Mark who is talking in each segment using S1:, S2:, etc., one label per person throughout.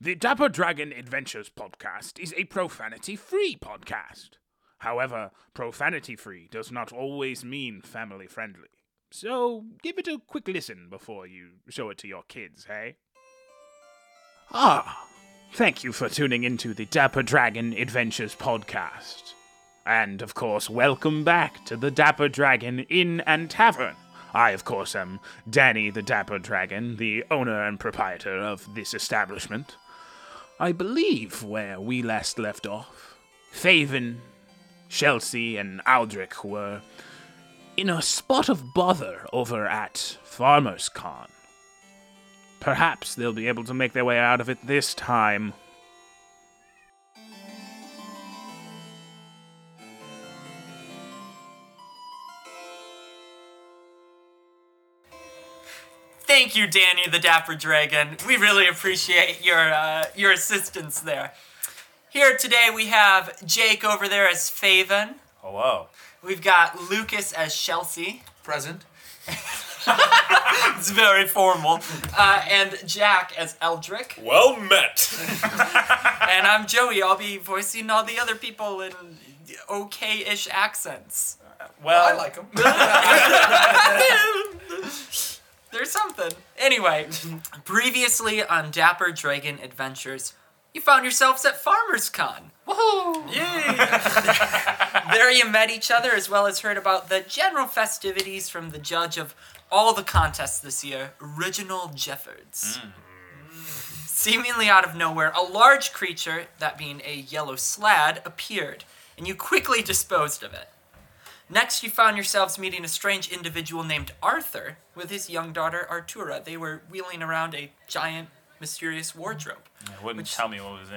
S1: The Dapper Dragon Adventures podcast is a profanity free podcast. However, profanity free does not always mean family friendly. So give it a quick listen before you show it to your kids, hey? Ah, thank you for tuning into the Dapper Dragon Adventures podcast. And of course, welcome back to the Dapper Dragon Inn and Tavern. I, of course, am Danny the Dapper Dragon, the owner and proprietor of this establishment. I believe where we last left off, Faven, Chelsea, and Aldrich were in a spot of bother over at Farmer's Con. Perhaps they'll be able to make their way out of it this time.
S2: Thank you, Danny the Dapper Dragon. We really appreciate your uh, your assistance there. Here today we have Jake over there as Faven.
S3: Oh,
S4: Hello.
S2: We've got Lucas as Chelsea.
S4: Present.
S2: It's very formal. Uh, and Jack as Eldrick.
S4: Well met.
S2: And I'm Joey. I'll be voicing all the other people in okay-ish accents.
S4: Well, I like him.
S2: There's something. Anyway, previously on Dapper Dragon Adventures, you found yourselves at Farmers Con. Woohoo! there you met each other as well as heard about the general festivities from the judge of all the contests this year, Reginald Jeffords. Seemingly out of nowhere, a large creature, that being a yellow slad, appeared, and you quickly disposed of it. Next, you found yourselves meeting a strange individual named Arthur with his young daughter Artura. They were wheeling around a giant, mysterious wardrobe.
S3: Wouldn't tell me what was in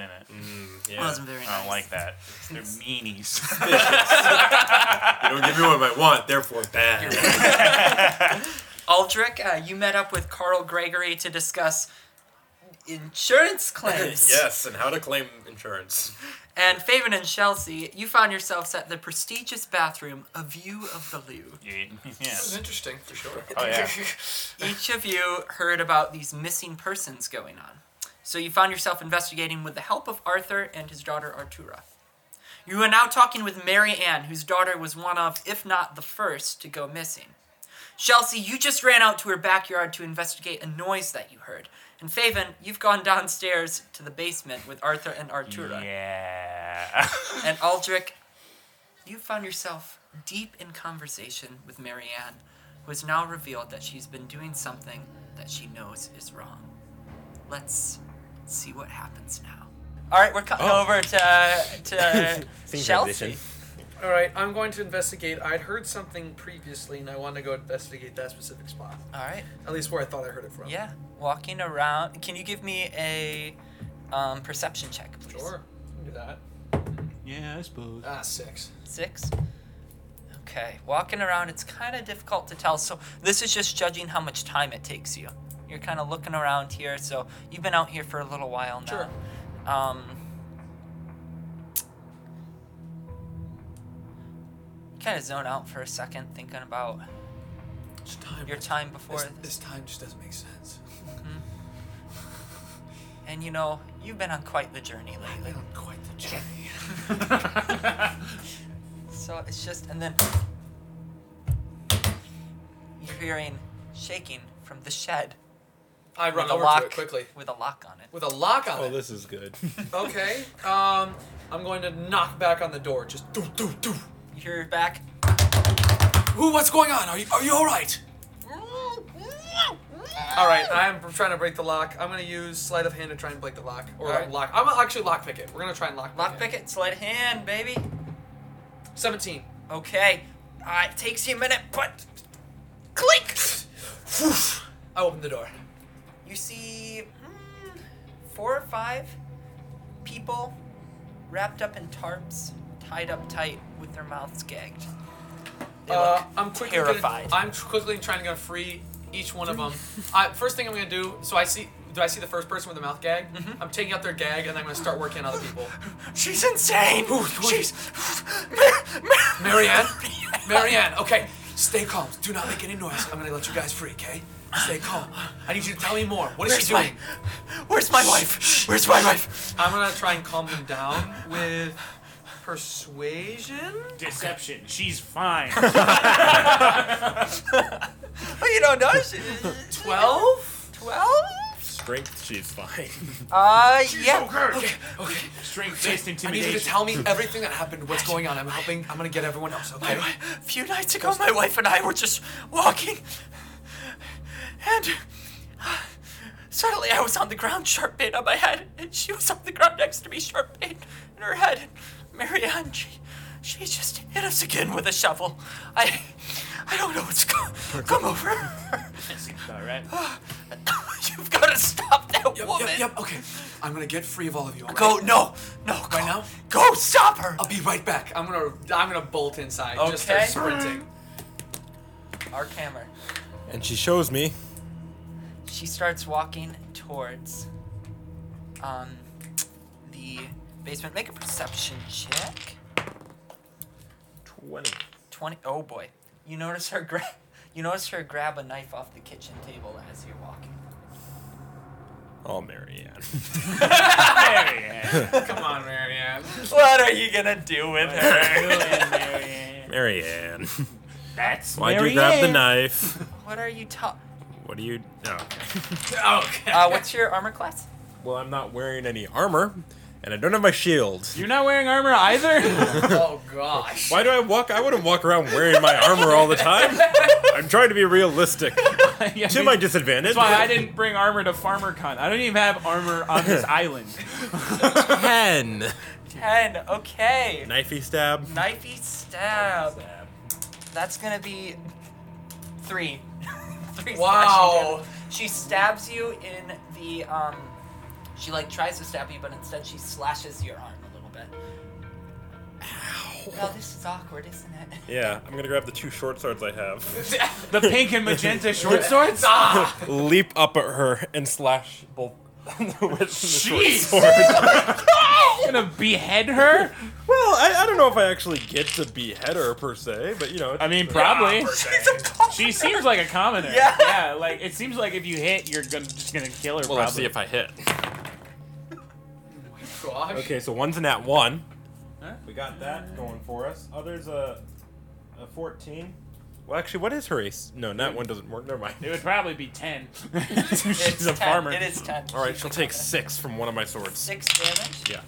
S3: it.
S2: Wasn't very
S3: I
S2: nice.
S3: don't like that. They're meanies.
S4: You don't give me what I want, therefore bad.
S2: Aldrich, uh, you met up with Carl Gregory to discuss insurance claims.
S4: yes, and how to claim insurance.
S2: And Faven and Chelsea, you found yourselves at the prestigious bathroom, A View of the Lou.
S3: yeah.
S5: It was interesting for sure.
S3: Oh, yeah.
S2: Each of you heard about these missing persons going on. So you found yourself investigating with the help of Arthur and his daughter Artura. You are now talking with Mary Ann, whose daughter was one of, if not the first, to go missing. Chelsea, you just ran out to her backyard to investigate a noise that you heard. And Faven, you've gone downstairs to the basement with Arthur and Artura.
S3: Yeah.
S2: And Aldrich, you found yourself deep in conversation with Marianne, who has now revealed that she's been doing something that she knows is wrong. Let's see what happens now. All right, we're cutting over to to Chelsea.
S5: All right, I'm going to investigate. I'd heard something previously, and I want to go investigate that specific spot.
S2: All right,
S5: At least where I thought I heard it from.
S2: yeah, walking around. Can you give me a um, perception check, please?
S5: Sure. we can Do that.
S3: Yeah, I suppose.
S5: Ah, six.
S2: Six. Okay, walking around, it's kind of difficult to tell. So, this is just judging how much time it takes you. You're kind of looking around here, so you've been out here for a little while now.
S5: Sure.
S2: Um, kind of zone out for a second, thinking about
S5: It's time.
S2: your time before
S5: This,
S2: this.
S5: this time just doesn't make sense.
S2: And you know, you've been on quite the journey
S5: I
S2: lately.
S5: don't quite the journey.
S2: So it's just, and then you're hearing shaking from the shed
S5: I run
S2: with a
S5: over
S2: lock
S5: to it quickly
S2: with a lock on it.
S5: with a lock
S4: Oh,
S5: on it.
S6: this is good.
S5: Okay. Um, I'm going to knock back on the door. Just do do do.
S2: You hear it back.
S5: Who? What's going on? Are you are you all right? All right, I'm trying to break the lock. I'm gonna use sleight of hand to try and break the lock, or
S2: All right.
S5: lock. I'm gonna actually lock pick it. We're gonna try and lock.
S2: Lock picket, sleight of hand, baby.
S5: Seventeen.
S2: Okay. Uh, it takes you a minute, but click.
S5: I open the door.
S2: You see mm, four or five people wrapped up in tarps, tied up tight, with their mouths gagged. They
S5: Uh,
S2: look
S5: I'm quickly
S2: terrified.
S5: Gonna, I'm tr- quickly trying to go free each one of them. I, first thing I'm gonna do. So I see. Do I see the first person with the mouth gag?
S2: Mm-hmm.
S5: I'm taking out their gag and I'm gonna start working on other people.
S2: She's insane. She's.
S5: Marianne. Marianne. Okay, stay calm. Do not make any noise. I'm gonna let you guys free. Okay. Stay calm. I need you to tell me more. What is
S2: Where's
S5: she doing?
S2: my, where's my wife? Where's my wife?
S5: I'm gonna try and calm them down with persuasion.
S1: Deception. She's fine.
S2: Oh, you don't know. She,
S5: Twelve.
S2: Twelve?
S4: Strength, she's fine.
S2: Uh, yeah.
S1: okay.
S5: Okay.
S1: Strength based
S5: I need you to
S1: intimidation.
S5: tell me everything that happened. What's going on? I'm helping. I'm gonna get everyone else. Okay.
S2: I- I- a few nights ago, my wife and I were just walking, and uh, suddenly I was on the ground, sharp pain on my head, and she was on the ground next to me, sharp pain in her head. And Marianne, she, she just hit us again with a shovel. I, I don't know what's co- come over her.
S1: All right.
S2: You've got to stop that
S5: Yep,
S2: woman.
S5: yep, yep. Okay. I'm gonna get free of all of you. all
S2: Go,
S5: right?
S2: no, no, go,
S5: Right now?
S2: go, stop her.
S5: I'll be right back. I'm gonna. I'm gonna bolt inside. Just
S2: Okay.
S5: start sprinting.
S2: Our camera.
S4: And she shows me.
S2: she starts walking towards um, the basement. Make a perception check.
S4: 20.
S2: Twenty. Oh boy. You notice her grab. You notice her grab a knife off the kitchen table as you're walking.
S4: Oh, Marianne.
S3: Marianne.
S5: Come on, Marianne.
S2: What are you gonna do with her?
S3: Marianne.
S4: Marianne.
S3: That's
S4: Why'd you grab the
S3: Marianne.
S4: knife?
S2: What are you ta-
S4: What do you. Oh, okay.
S3: Okay.
S2: Uh, what's your armor class?
S4: Well, I'm not wearing any armor, and I don't have my shield.
S1: You're not wearing armor either?
S5: Oh gosh.
S4: Why do I walk? I wouldn't walk around wearing my armor all the time. I'm trying to be realistic.
S1: Yeah,
S4: To my disadvantage.
S1: That's why I didn't bring armor to FarmerCon. I don't even have armor on this island.
S4: Ten.
S2: Ten. Okay.
S4: Knifey stab.
S2: Knifey stab. That's gonna be three. three slashing
S5: Wow.
S2: damage. She stabs you in the um she like tries to stab you, but instead she slashes your arm a little bit. Ow. Oh, this is awkward, isn't it?
S4: Yeah, I'm gonna grab the two short swords I have.
S1: The pink and magenta short swords?
S5: Oh,
S4: Leap up at her and slash both with the short
S1: Jeez.
S4: sword. well,
S1: gonna behead her?
S4: I, I don't know if I actually get to behead her per se, but you know.
S1: I mean, probably.
S2: She's a commoner.
S1: She seems like a commoner.
S2: Yeah.
S1: Yeah, like it seems like if you hit, you're gonna, just gonna kill her.
S4: well,
S1: probably.
S4: let's see if I hit.
S5: Gosh.
S4: Okay, so one's an at one.
S1: Huh?
S4: We got that going for us. Other's a, a 14. Well, actually, what is her ace? No, that one doesn't work. Never mind.
S1: It would probably be ten.
S2: It's
S1: She's a
S2: 10.
S1: farmer.
S2: It is ten.
S4: All right,
S2: She's
S4: she'll
S2: a
S4: take
S2: commoner.
S4: six from one of my swords.
S2: Six damage.
S4: Yeah.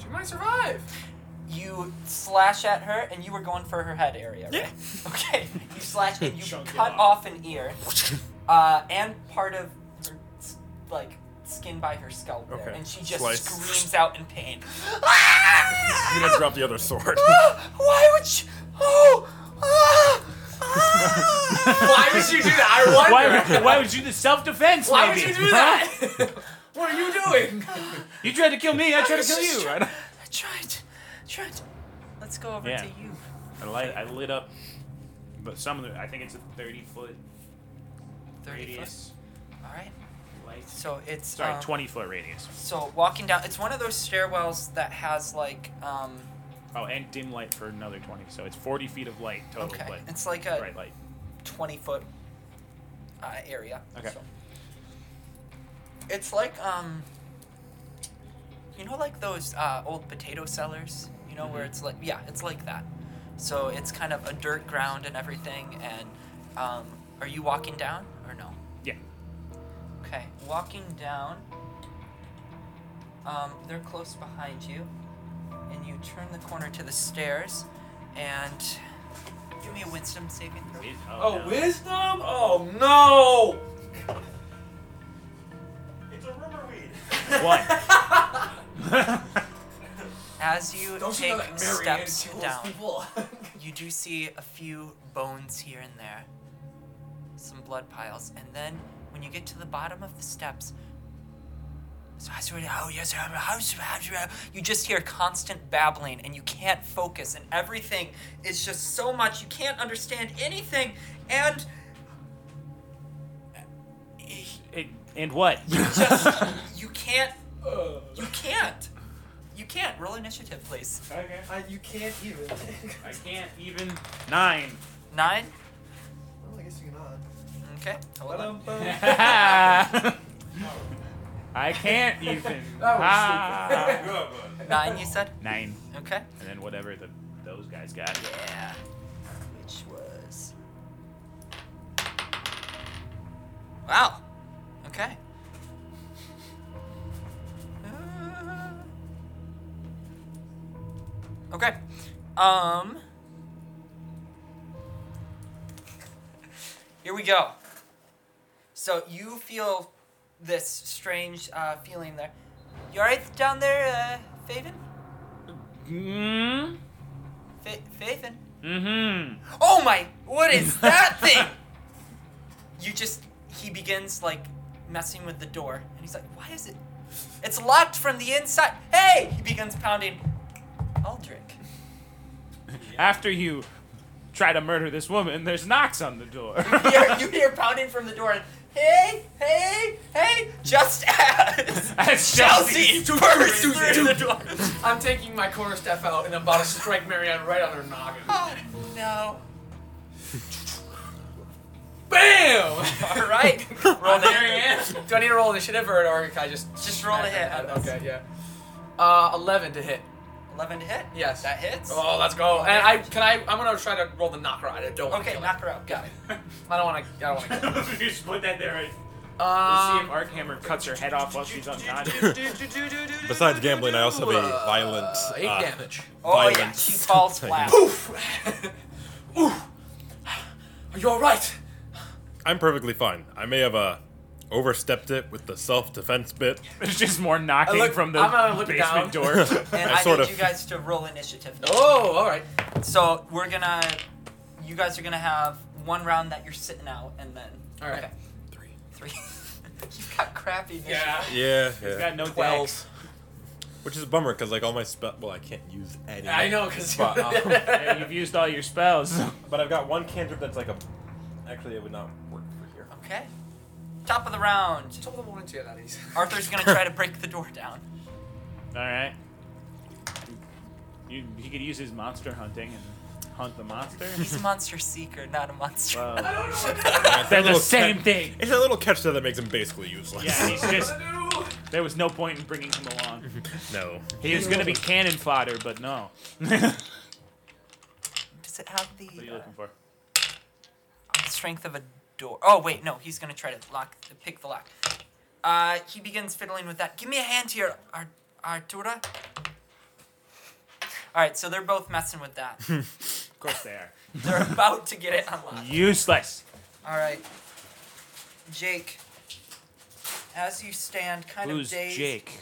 S5: She might survive.
S2: You slash at her, and you were going for her head area, right?
S4: Yeah.
S2: Okay. You slash and you
S1: Chunk it
S2: cut off.
S1: off.
S2: an ear, uh, and part of her, s- like skin by her scalp there,
S4: Okay.
S2: and she just
S4: Slice.
S2: screams out in pain.
S4: You gotta drop the other sword.
S2: Ah, Why would she? Oh. ah, ah.
S5: Why would you do that? I wonder.
S1: Why would, why would you do self defense?
S5: Why would
S1: maybe?
S5: you do that? what are you doing?
S1: You tried to kill me. I tried to
S2: was
S1: kill
S2: just
S1: you.
S2: try-
S1: Right?
S2: I tried, tried. Let's go over
S1: Yeah.
S2: to you.
S1: I light. I lit up. But some of the. I think it's a thirty foot
S2: Thirty foot. All right.
S1: Light.
S2: So it's
S1: Sorry,
S2: um,
S5: Oh.
S1: twenty foot radius.
S2: So walking down, it's one of those stairwells that has like um.
S1: Oh, and dim light for another twenty. So it's forty feet of light total.
S2: Okay,
S1: But
S2: it's like a
S1: bright light.
S2: 20 foot uh, area.
S1: Okay.
S2: So. It's like, um, you know, like those uh, old potato cellars, you know, where it's like, yeah, it's like that. So it's kind of a dirt ground and everything. And um, are you walking down or no?
S1: Yeah.
S2: Okay, walking down. Um, they're close behind you, and you turn the corner to the stairs, and give me a wisdom saving throw.
S5: Oh, wisdom? Oh no!
S4: It's a rumor weed.
S1: One.
S2: As you
S5: Don't you
S2: take
S5: know that Marianne
S2: steps
S5: kills
S2: down,
S5: people?
S2: you do see a few bones here and there, some blood piles, and then when you get to the bottom of the steps, so I swear to- oh, yes, I'm- how- how- how- you just hear constant babbling and you can't focus, and everything is just so much, you can't understand anything, and
S1: It, and what?
S2: just, you can't, you can't, you can't. Roll initiative, please.
S1: okay.
S5: I, you can't even.
S1: I can't even. Nine.
S2: Nine?
S5: well, I guess you cannot.
S2: Okay. Hold on.
S1: I can't even.
S6: That was
S1: Ah.
S2: Nine, you said?
S1: Nine.
S2: Okay.
S1: And then whatever the, those guys got.
S2: Yeah. Which was. Wow. Okay. Uh, Okay. Um. Here we go. So you feel this strange uh, feeling there. You alright down there, uh, Faven?
S1: Mm
S2: Fa- Faven?
S1: hmm.
S2: Oh my! What is that thing? You just he begins like messing with the door, and he's like, "Why is it? It's locked from the inside." Hey! He begins pounding. Aldrich.
S1: After you try to murder this woman, there's knocks on the door.
S2: You hear, you hear pounding from the door. and, Hey! Hey! Hey! Just as
S1: That's
S2: Chelsea
S1: Chelsea.
S2: bursts through the door.
S5: I'm taking my quarter staff out and I'm about to strike Marianne right on her noggin.
S2: Oh no!
S5: Bam!
S2: All right. Roll there.
S5: Do I need to roll initiative or, or can I just
S2: Just roll a hit.
S5: Okay, yeah. Uh, eleven to hit.
S2: Eleven to hit.
S5: Yes.
S2: That hits.
S5: Oh, let's go. And I can I I'm gonna try to roll the knocker out. I don't want
S2: Okay,
S5: to
S2: knock her out. Got it.
S5: I don't wanna I don't wanna kill
S3: you just put that there. Right?
S1: Let's see if
S5: Um,
S1: Arkhammer cuts her head off while she's unconscious.
S4: Besides gambling, I also have a
S5: Uh,
S4: violent.
S5: eight
S4: uh,
S5: damage.
S2: Oh yeah,
S4: Violence.
S2: she falls flat.
S5: Are you alright?
S4: I'm perfectly fine. I may have uh, overstepped it with the self-defense bit.
S1: There's just more knocking
S5: I look-
S1: from the
S5: I'm gonna look
S1: basement
S5: down.
S1: door.
S2: And
S4: I
S2: I,
S4: sort
S2: need
S4: of-
S2: you guys to roll initiative.
S5: Oh, alright.
S2: So we're gonna, you guys are gonna have one round that you're sitting out, and then
S5: Alright.
S2: three. You've got crappy initiative.
S3: Yeah.
S4: Yeah,
S1: He's got no
S5: Twelve.
S1: dex.
S4: which is a bummer because like all my spell, well, I can't use any.
S5: I know because
S4: But, um,
S1: Yeah, You've used all your spells.
S4: but I've got one cantrip that's like a. Actually, it would not work for here.
S2: Okay. Top of the round.
S5: Top of the morning to you, laddies.
S2: Arthur's gonna try to break the door down.
S1: All right. You, he could use his monster hunting and hunt the monster.
S2: He's a monster seeker, not a monster.
S1: Whoa.
S4: Yeah, it's
S1: They're
S4: that
S1: the
S4: little
S1: same
S4: ca-
S1: thing.
S4: It's that little catch there that makes him basically useless.
S1: Yeah, he's just. There was no point in bringing him along.
S4: no.
S1: He was gonna be cannon fodder, but no.
S2: Does it have the
S1: What are you looking for?
S2: uh, strength of a door? Oh wait, no. He's gonna try to lock, pick the lock. Uh, he begins fiddling with that. Give me a hand here, Ar- Artura. All right, so they're both messing with that.
S1: Of course they are.
S2: They're about to get it unlocked.
S1: Useless.
S2: All right, Jake. As you stand, kind
S1: Who's
S2: of dazed.
S1: Jake?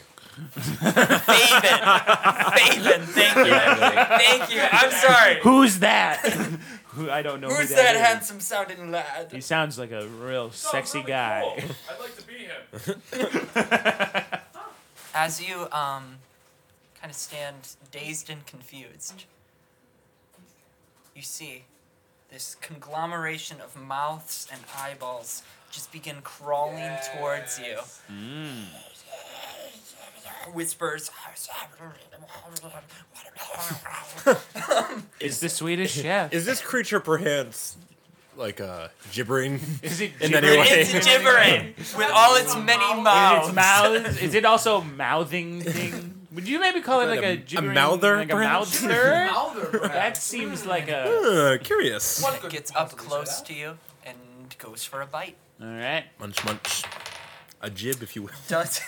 S2: Faven. Faven. Thank you. Thank you. I'm sorry.
S1: Who's that? Who I don't know.
S2: Who's
S1: who
S2: that
S1: is.
S2: handsome-sounding lad?
S1: He sounds like a real sexy
S3: really
S1: guy.
S3: cool. I'd like to be him.
S2: As you um, kind of stand dazed and confused, you see this conglomeration of mouths and eyeballs just begin crawling towards you. Mm. Whispers.
S1: Is the Swedish chef?
S4: Is this creature perchance like uh gibbering?
S1: Is it
S4: In that
S1: gibberish?
S4: way.
S2: it's gibbering with all its many mouths.
S1: Is it mouth? Is it also mouthing thing? Would you maybe call it like a
S4: a- a
S1: gibbering,
S4: mouther,
S1: like a
S4: perhaps?
S1: mouther? that
S5: That's
S1: seems like a.
S4: Uh, curious.
S5: one
S2: It
S5: could
S2: gets up
S5: possibly say
S2: close
S5: that.
S2: to you and goes for a bite.
S1: All right.
S4: Munch munch. A jib, if you will.
S2: Does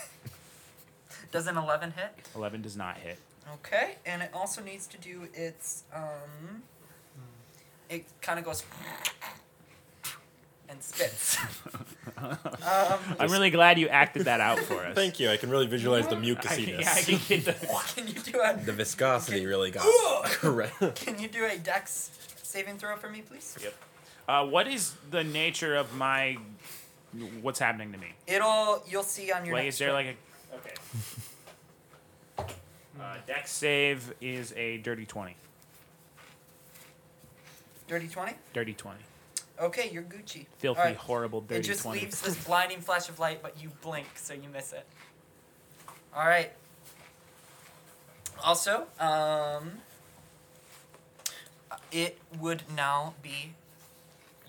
S2: does an eleven hit?
S1: Eleven does not hit.
S2: Okay, and it also needs to do its um. It kind of goes and spits. um,
S1: I'm really glad you acted that out for us.
S4: Thank you. I can really visualize the
S1: I,
S4: mucusiness.
S1: can- yeah, I can get the.
S2: can you do a
S4: The viscosity really got correct.
S2: Can you do a Dex saving throw for me, please?
S1: Uh, what is the nature of my? What's happening to me?
S2: It'll you'll see on your
S1: Like,
S2: next
S1: is there
S2: roll.
S1: like a? Okay. Uh, Dex save is a dirty twenty.
S2: dirty twenty.
S1: Dirty twenty.
S2: Okay, you're Gucci.
S1: Filthy,
S2: All right.
S1: horrible, dirty
S2: It just
S1: twenty.
S2: leaves this blinding flash of light, but you blink, so you miss it. All right. Also, um, it would now be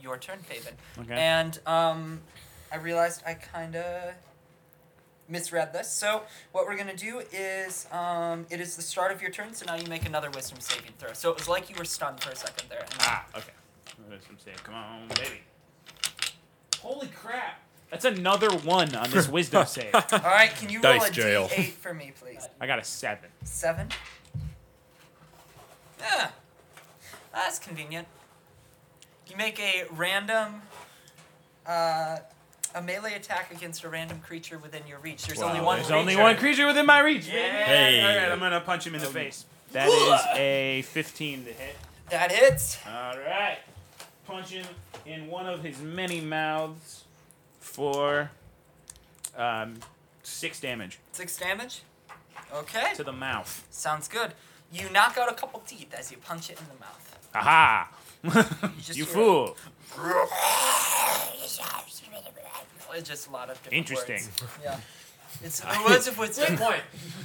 S2: your turn, Faven.
S1: Okay.
S2: And um, I realized I kind of misread this. So what we're gonna do is um, it is the start of your turn. So now you make another Wisdom saving throw. So it was like you were stunned for a second there. And
S1: Ah, okay. There's some save. Come on, baby. Holy crap! That's another one on this wisdom save.
S2: All right, can you roll
S4: Dice
S2: a
S4: jail.
S2: d8 for me, please?
S1: I got a seven.
S2: Seven. Yeah, that's convenient. You make a random, uh, a melee attack against a random creature within your reach. There's
S4: Wow,
S2: only one.
S4: there's
S2: creature.
S1: Only one creature within my reach. baby.
S2: Yeah.
S4: Hey.
S1: All right, I'm gonna punch him in the face. That is a 15 to hit.
S2: That hits.
S1: All right. Punch him in one of his many mouths for um, six damage
S2: Six damage. Okay.
S1: to the mouth.
S2: Sounds good. You knock out a couple teeth as you punch it in the mouth.
S1: Aha!
S2: just
S1: you
S2: hear-
S1: fool.
S2: It's just a lot of different
S1: Interesting.
S2: words. Yeah. It's the words of wisdom.
S5: Good point.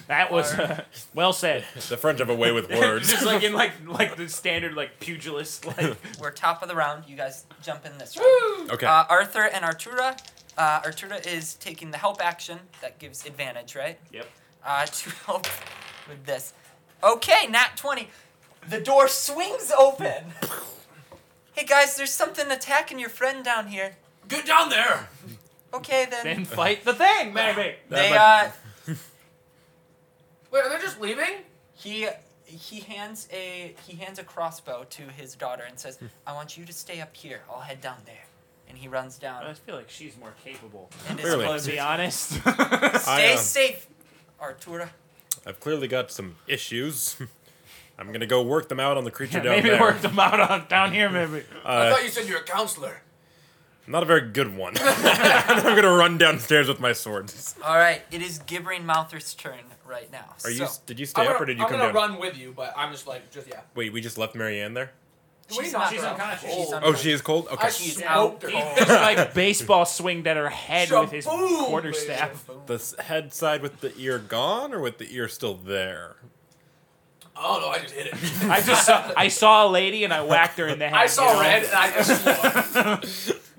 S1: That was uh, well said.
S4: The French have a way with words.
S1: just like in like like the standard like pugilist like
S2: We're top of the round. You guys jump in this round.
S4: Okay.
S2: Uh, Arthur and Artura. Uh, Artura is taking the help action. That gives advantage, right?
S1: Yep.
S2: Uh, to help with this. Okay, nat 20. The door swings open. hey guys, there's something attacking your friend down here.
S5: Get down there.
S2: Okay then.
S1: Then fight the thing, maybe.
S2: they
S4: might-
S2: uh,
S5: Wait, are they just leaving?
S2: He he hands a he hands a crossbow to his daughter and
S4: Hmm.
S2: says, "I want you to stay up here. I'll head down there." And he runs
S1: I
S2: down
S1: feel like she's more capable.
S2: and is
S4: Uh, Clearly.
S1: To
S2: closing.
S1: be honest.
S2: Stay
S1: Uh,
S4: um,
S2: safe, Artura.
S4: I've clearly got some issues. I'm gonna go work them out on the creature down
S1: maybe
S4: there.
S1: work them out on down here, maybe.
S5: I thought you said you're a counselor.
S4: Not a very good one. I'm gonna run downstairs with my sword.
S2: All right, it is gibbering Mouther's turn right now.
S4: Are
S2: so,
S4: you? Did you
S5: I'm
S4: stay
S5: gonna,
S4: up or did you
S5: I'm
S4: come
S5: gonna
S4: down?
S5: run with you, but I'm just like, just yeah.
S4: Wait, we just left Marianne there.
S2: She's,
S5: not-
S1: she's
S2: bro.
S1: unconscious.
S2: She's
S5: Oh.
S4: Oh,
S2: unconscious.
S4: she is cold. Okay.
S5: I smoked
S1: He
S5: her.
S1: just like baseball swinged at her head with his
S5: Shaboom,
S1: quarterstaff.
S4: the s- head side with the ear gone, or with the ear still there?
S5: Oh no, I just hit it.
S1: I just saw, I saw a lady and I whacked her in the head.
S5: I
S1: you
S5: saw
S1: know?
S5: red and I just.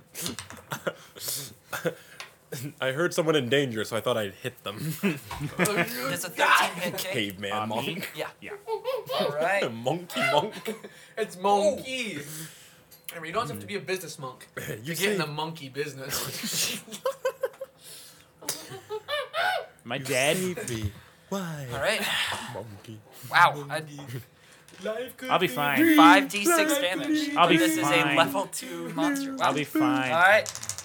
S4: I heard someone in danger, so I thought I'd hit them.
S2: There's a 13 hit kick.
S4: Caveman
S1: Uh, me?
S4: monk.
S2: Yeah.
S1: Yeah.
S2: All right.
S4: Monkey monk.
S5: It's monkeys. Remember, Oh. you don't have to be a business monk.
S4: You
S5: You get in the
S4: see-
S5: monkey business.
S1: My dad.
S4: Save me. Why,
S2: All right.
S4: monkey?
S2: Wow. I,
S1: I'll be fine.
S2: 5d6 damage.
S1: I'll be
S2: this is a
S1: fine.
S2: level 2 monster. Wow.
S1: I'll be fine.
S2: All right.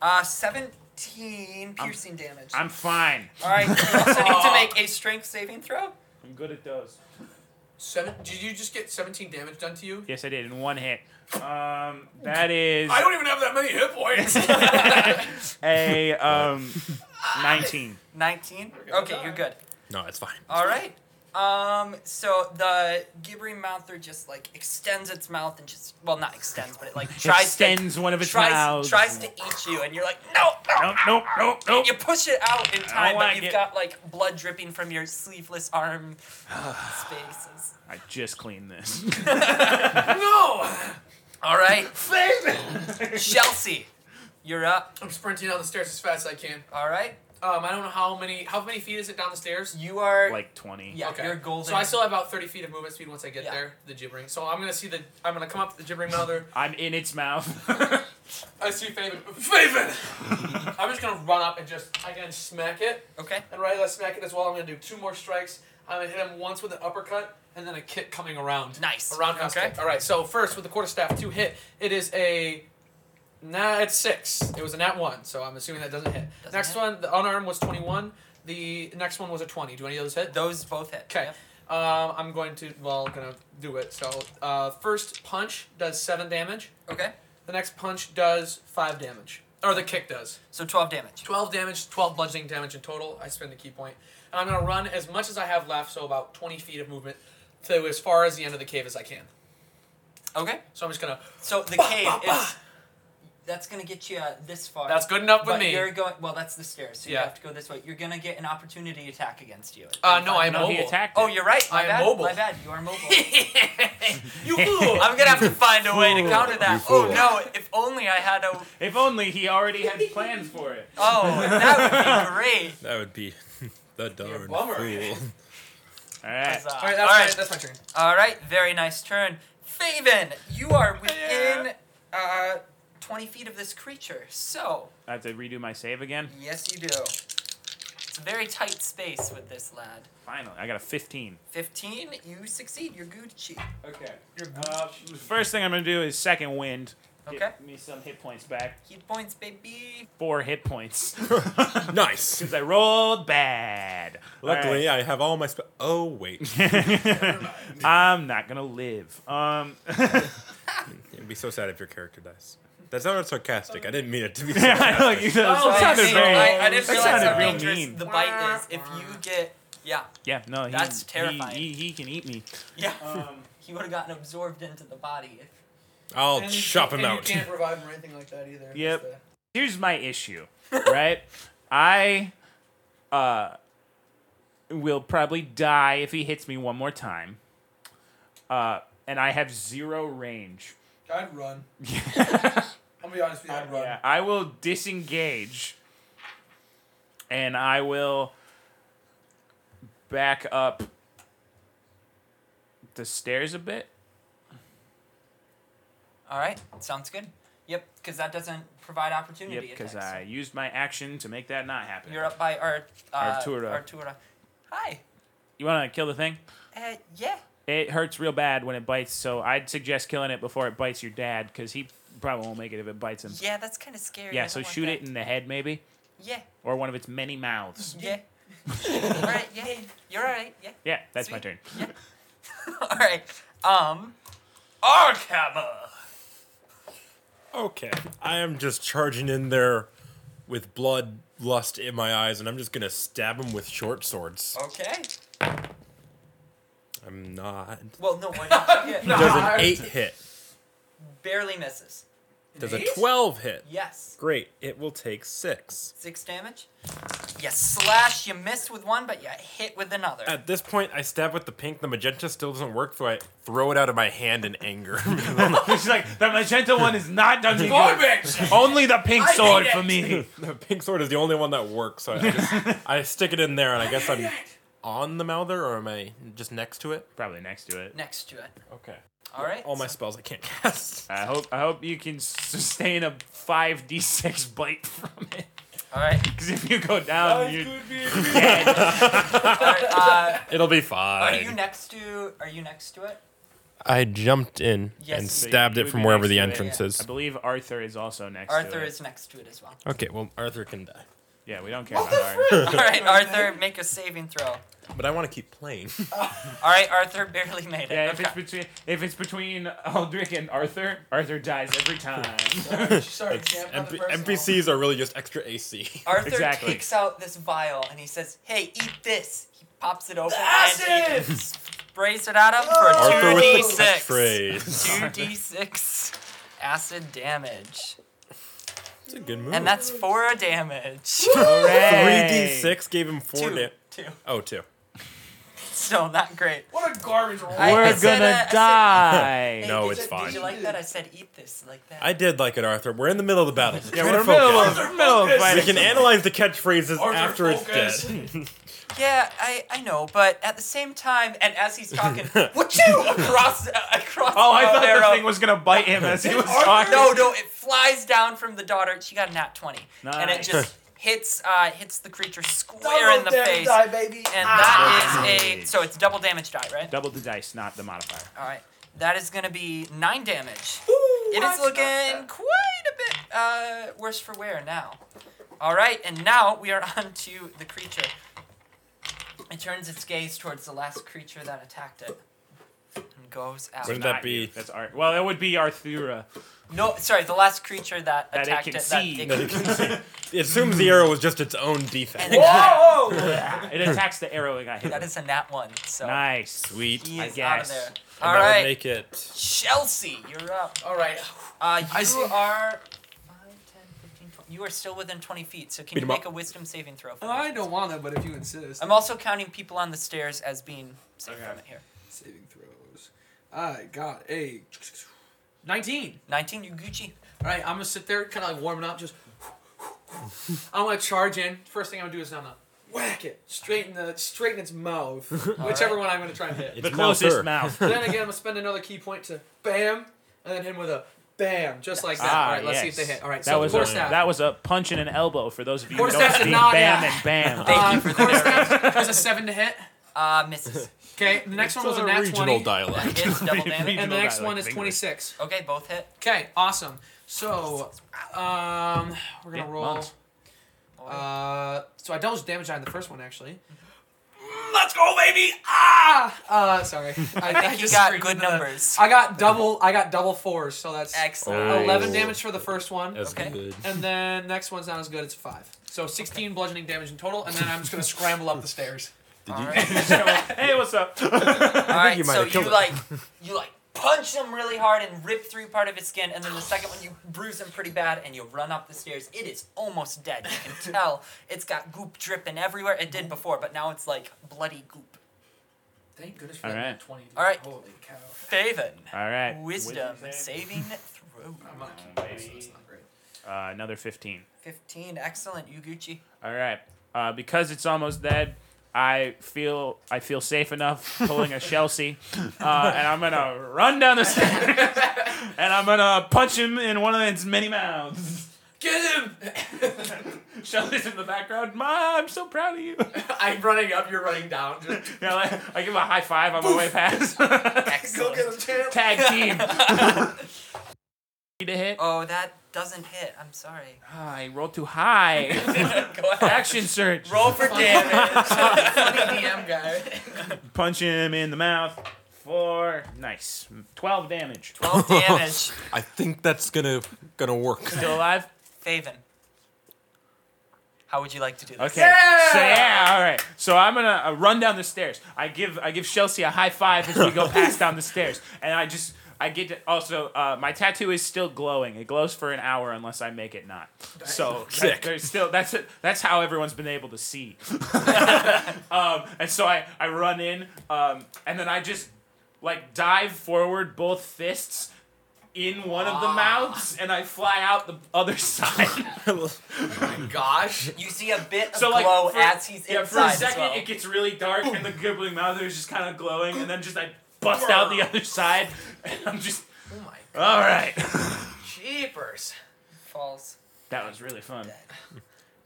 S2: Uh, 17 piercing damage.
S1: I'm fine.
S2: All right, you also need to make a strength saving throw.
S1: I'm good at those.
S5: Seven? Did you just get 17 damage done to you?
S1: Yes, I did in one hit. Um, that is
S5: I don't even have that many hit points.
S1: a um, 19.
S2: 19. Okay, you're good.
S4: No, it's fine.
S2: All right. Um, so the gibbering mouther just like extends its mouth and just well, not extends, but it like tries
S1: Extends
S2: to
S1: one of its
S2: tries,
S1: mouths.
S2: tries to eat you, and you're like, no, no,
S1: Nope, nope, nope, nope.
S2: You push it out in time, but
S1: like
S2: you've
S1: it.
S2: got like blood dripping from your sleeveless arm spaces.
S1: I just cleaned this.
S5: no!
S2: All right, Chelsea, you're up.
S5: I'm sprinting down the stairs as fast as I can.
S2: All right,
S5: Um, I don't know how many how many feet is it down the stairs?
S2: you are.
S1: like 20.
S2: yeah, you're golden.
S5: So I still have about 30 feet of movement speed once I get
S2: Yeah.
S5: there, the gibbering. So I'm gonna see the I'm gonna come up to the gibbering mother.
S1: I'm in its mouth.
S5: I see Faven. Faven! I'm just gonna run up and just again smack it.
S2: okay.
S5: And right as I smack it as well, I'm gonna do two more strikes. I'm gonna hit him once with an uppercut and then a kick coming around.
S2: Nice.
S5: A roundhouse
S2: Okay.
S5: kick. All right. So first with the quarterstaff two hit. It is a. Nah, it's six. It was a nat one, so I'm assuming that doesn't hit.
S2: Doesn't
S5: next
S2: hit.
S5: one, the unarmed was 21. The next one was a 20. Do any of those hit?
S2: Those both hit.
S5: Okay.
S2: Yep.
S5: Um, I'm going to well, gonna do it. So uh, first punch does seven damage.
S2: Okay.
S5: The next punch does five damage, or the kick does.
S2: So twelve damage.
S5: 12 damage, 12 bludgeoning damage in total. I spend the key point. And I'm going to run as much as I have left, so about 20 feet of movement, to as far as the end of the cave as I can.
S2: Okay.
S5: So I'm just going to.
S2: So the cave is. That's gonna get you uh, this far.
S5: That's good enough with
S2: but
S5: me.
S2: You're going well. That's the stairs, so
S5: Yeah.
S2: you have to go this way. You're gonna get an opportunity attack against you.
S5: Uh, no, I am
S1: No, he
S5: mobile.
S1: attacked.
S2: Oh,
S1: it.
S2: you're right. My
S5: I am
S2: bad.
S5: mobile.
S2: My bad. You are mobile.
S5: you fool!
S2: I'm gonna have to find a way to
S1: Fool.
S2: counter
S4: You
S2: that. Oh
S4: fool.
S2: no! If only I had a.
S1: If only he already had plans for it.
S2: Oh, that would be great.
S4: That would be the darn
S5: bummer.
S4: fool.
S1: All right.
S2: Huzzah.
S5: All
S2: All
S5: right, that's,
S2: right.
S5: My, that's my turn.
S2: All right, very nice turn. Faven, you are within uh, 20 feet of this creature, so
S1: I have to redo my save again.
S2: yes, you do. It's a very tight space with this lad.
S1: Finally, I got a 15.
S2: 15, you succeed. You're Gucci.
S1: Okay. Uh, first thing I'm gonna do is second wind. Get
S2: Okay.
S1: me some hit points back.
S2: Heat points, baby.
S1: Four hit points.
S4: nice.
S1: Because I rolled bad.
S4: Luckily, I have all my. Spe- oh wait,
S1: I'm not gonna live. Um,
S4: it'd be so sad if your character dies. That sounded sarcastic. I didn't mean it to be.
S1: I know,
S4: sarcastic.
S1: you know, it sounded
S2: Oh, I,
S5: so-
S1: very.
S2: I, I didn't
S1: that
S2: realize
S1: sounded
S2: how
S1: real
S2: dangerous
S1: mean.
S2: the bite is. If you get, yeah,
S1: yeah, no, he,
S2: That's
S1: he-
S2: terrifying.
S1: He, he can eat me.
S2: yeah,
S1: Um,
S2: he would have gotten absorbed into the body. If,
S4: I'll
S5: And you
S4: chop
S5: can't-
S4: him
S5: and
S4: out.
S5: You can't revive him or anything like that either.
S1: Yep.
S5: Just, uh,
S1: here's my issue, right? I uh will probably die if he hits me one more time. Uh and I have zero range.
S5: I'd run. I'll be honest with you, I'd run.
S1: Yeah, I will disengage and I will back up the stairs a bit.
S2: all right, sounds good. Yep, because that doesn't provide opportunity.
S1: Yep, because
S2: attacks.
S1: I used my action to make that not happen.
S2: You're up by Art, uh,
S1: Artura.
S2: Artura. Hi.
S1: You want to kill the thing?
S2: Uh, yeah.
S1: It hurts real bad when it bites, so I'd suggest killing it before it bites your dad, because he probably won't make it if it bites him.
S2: Yeah, that's kind of scary.
S1: Yeah, so shoot it in the head, maybe,
S2: Yeah.
S1: or one of its many mouths.
S2: Yeah. all right. Yeah. You're all right. Yeah.
S1: Yeah, that's my
S2: Sweet.
S1: turn.
S2: all right. Um. Arkhammer.
S4: Okay. I am just charging in there with blood lust in my eyes, and I'm just gonna stab him with short swords.
S2: Okay.
S4: I'm not.
S2: Well, no. What did you get?
S5: No.
S4: Does
S5: Ah.
S4: an eight hit?
S2: Barely misses.
S4: Does a
S5: Eight?
S4: twelve hit?
S2: Yes.
S4: Great. It will take six.
S2: Six damage. You slash. You miss with one, but you hit with another.
S4: At this point, I stab with the pink. The magenta still doesn't work, so I throw it out of my hand in anger.
S1: She's like, the magenta one is not done me
S5: Boy,
S1: good.
S5: bitch!
S1: Only the pink
S2: I hate
S1: sword
S2: it.
S1: for me.
S4: the pink sword is the only one that works, so I, just, I stick it in there, and I guess I'm on the mouther, or am I just next to it?
S1: Probably next to it.
S2: Next to it.
S4: Okay.
S2: All right.
S4: All my spells I can't cast.
S1: I hope I hope you can sustain a five d six bite from it.
S2: All right.
S1: Because if you go down, you're
S2: All right. Uh,
S4: It'll be
S2: are
S4: fine.
S2: you next to? Are you next to it?
S4: I jumped in
S2: Yes,
S4: and
S2: so
S4: stabbed
S1: you
S4: it
S1: would
S4: from
S1: be
S4: wherever
S1: next
S4: the
S1: to it.
S4: entrance
S1: I
S4: is.
S1: believe Arthur is also next.
S2: Arthur
S1: to it.
S2: is next to it as well.
S4: Okay, well, Arthur can die.
S1: Yeah, we don't care about Arthur.
S2: All right, Arthur, make a saving throw.
S4: But I want to keep playing.
S2: All right, Arthur barely made it.
S1: Yeah, if
S2: Okay.
S1: it's between if it's between Aldrich and Arthur, Arthur dies every time.
S5: Sorry, sorry Sam,
S4: MP-
S5: nothing personal.
S4: NPCs are really just extra AC.
S2: Arthur
S1: Exactly.
S2: takes out this vial and he says, "Hey, eat this." He pops it open and
S5: Acid!
S2: he sprays it at him for
S4: Arthur
S2: two
S4: with
S2: d
S4: the
S2: six.
S4: catchphrase.
S2: Two d six acid damage,
S4: It's a good move.
S2: and that's four damage.
S1: Hooray!
S4: 3d6 gave him 4
S2: two,
S4: damage.
S2: two.
S4: Oh, two.
S2: Still not great.
S5: What a garbage roll.
S2: I-
S1: We're
S2: said, uh, I
S1: gonna
S2: said-
S1: die.
S2: Hey,
S4: No,
S2: did
S4: it's
S2: you-
S4: fine.
S2: Did you like that? I said, "Eat this," like that.
S4: I did like it, Arthur. We're in the middle of the battle.
S1: Yeah,
S4: Try
S1: we're
S4: to
S1: in the middle
S4: focus.
S1: of middle of
S5: focus.
S4: We
S1: fighting.
S4: can analyze the catchphrases
S5: Arthur,
S4: after
S5: focus.
S4: it's dead.
S2: Yeah, I, I know, but at the same time, and as he's talking, what you across uh, across.
S1: Oh, I
S2: the
S1: thought
S2: arrow.
S1: the thing was gonna bite him as he was
S5: Arthur-
S1: talking.
S2: No, no, it flies down from the daughter. She got an at twenty, and it
S1: Nice.
S2: just hits uh, hits the creature square in the face,
S5: Die, baby. Ah.
S2: and
S1: Ah.
S2: that is a
S1: Nice.
S2: so it's double damage die, right?
S1: Double the dice, not the modifier.
S2: All right, that is gonna be nine damage. It
S5: That's
S2: is
S5: not
S2: looking
S5: bad.
S2: quite a bit uh, worse for wear now. All right, and now we are on to the creature. It turns its gaze towards the last creature that attacked it and goes after.
S4: Wouldn't that
S1: Not
S4: be-
S1: you. That's Art. Well, it would be Arthura.
S2: No, sorry, the last creature that,
S1: That it
S2: attacked
S1: can
S2: it.
S1: see.
S2: That it can see.
S4: It assumes the arrow was just its own defense.
S2: And-
S5: Whoa!
S1: It attacks the arrow it got hit.
S2: that
S1: with.
S2: is a nat one. So
S1: nice.
S4: Sweet.
S2: he
S1: I
S2: is out of
S1: guess.
S2: there.
S1: And
S4: And
S2: All
S4: that would
S2: right,
S4: make it.
S2: Chelsea, you're up.
S5: All right.
S2: Uh, you
S5: I see.
S2: are tw- you are still within 20 feet, so can
S4: Beat
S2: you
S4: 'em
S2: make
S4: up.
S2: a wisdom saving throw
S5: Oh,
S2: for me?
S6: I don't want to, but if you insist.
S2: I'm also counting people on the stairs as being safe
S3: Okay.
S2: from it here.
S6: Saving throws. I got a.
S5: 19.
S2: 19, you Gucci.
S5: All right, I'm gonna sit there, kind of like warming up, just. I'm gonna charge in. First thing I'm gonna do is I'm gonna whack it straight in the straight in its mouth, whichever one I'm gonna try and hit.
S1: The
S4: It's
S1: closest
S4: Mouser.
S1: mouth.
S5: then again, I'm gonna spend another key point to bam, and then him with a bam, just like that. All right, let's see if they hit. All right,
S1: Ah, that
S5: so
S1: was a,
S5: quarterstaff.
S1: that was a punch and an elbow for those of you who don't
S5: Quarterstaff's a
S1: speak
S5: nod,
S1: bam
S5: yeah.
S1: and bam.
S2: Thank
S5: Uh,
S2: you for the
S5: quarterstaff was a seven to hit.
S2: Uh, misses.
S5: Okay, the next one was a
S4: a
S5: nat
S4: regional
S5: 20,
S4: dialect.
S2: Hits, double damage.
S5: and the
S1: Regional
S5: next
S1: dialect
S5: one
S1: of
S5: is
S1: English.
S5: 26.
S2: Okay, both hit.
S5: Okay, awesome. So, um, we're gonna
S1: Yeah,
S5: roll.
S1: months.
S5: Uh, so I dealt damage on the first one actually. Mm, Let's go, baby! Ah! Uh, sorry. I
S2: I
S5: I
S2: think you
S5: just
S2: got
S5: screamed
S2: good
S5: into the-
S2: numbers.
S5: I got double. I got double fours, so that's
S2: Excellent.
S4: Oh.
S5: eleven damage for the first one,
S4: That's
S2: Okay.
S4: good.
S5: and then next one's not as good. It's five. So sixteen bludgeoning damage in total, and then I'm just gonna scramble up the stairs.
S2: All right,
S1: hey, what's up?
S2: All right,
S4: you might
S2: so
S4: have killed
S2: you
S4: it.
S2: like you like punch him really hard and rip through part of his skin, and then the second one you bruise him pretty bad, and you run up the stairs. It is almost dead. You can tell it's got goop dripping everywhere. It did before, but now it's like bloody goop.
S5: Thank goodness for
S1: All
S5: that
S1: right.
S5: nat twenty. dude.
S2: All right.
S5: Holy cow.
S2: Faven,
S1: All right.
S2: wisdom
S3: Wisdom
S2: saving throw.
S5: I'm not keeping
S1: Maybe.
S5: this, so it's not great.
S1: Uh, another 15.
S2: Fifteen, excellent, Yuguchi.
S1: All right. Uh, because it's almost dead, I feel I feel safe enough pulling a Chelsea, uh, and I'm gonna run down the stairs, and I'm gonna punch him in one of its many mouths.
S5: Get him!
S1: Chelsea's in the background. Ma, I'm so proud of you.
S5: I'm running up. You're running down. Just
S1: Yeah, like, I give him a high five on my way past.
S2: Excellent.
S1: Tag team. Need to hit.
S2: Oh, that doesn't hit. I'm sorry.
S1: Ah, I rolled too high.
S2: Go ahead.
S1: Action search.
S2: Roll for damage.
S5: DM guy.
S1: Punch him in the mouth. Four. Nice. Twelve damage.
S2: Twelve damage.
S4: I think that's gonna gonna work.
S1: Still alive?
S2: Faven. How would you like to do this?
S1: Okay. So yeah, all right. So I'm gonna uh, run down the stairs. I give I give Chelsea a high five as we go past down the stairs, and I just I get to, also uh, my tattoo is still glowing. It glows for an hour unless I make it not. So
S4: Sick.
S1: there's still that's it. That's how everyone's been able to see. um, and so I I run in, um, and then I just like dive forward, both fists. In one of the mouths, and I fly out the other side.
S5: Gosh.
S2: You see a bit of
S1: so like
S2: glow
S1: for,
S2: as he's
S1: yeah,
S2: inside.
S1: for a second
S2: as well.
S1: it gets really dark and the googling mouth is just kind of glowing and then just I bust out the other side and I'm just
S5: Oh my
S1: all right.
S5: jeepers.
S2: falls.
S1: That was really fun.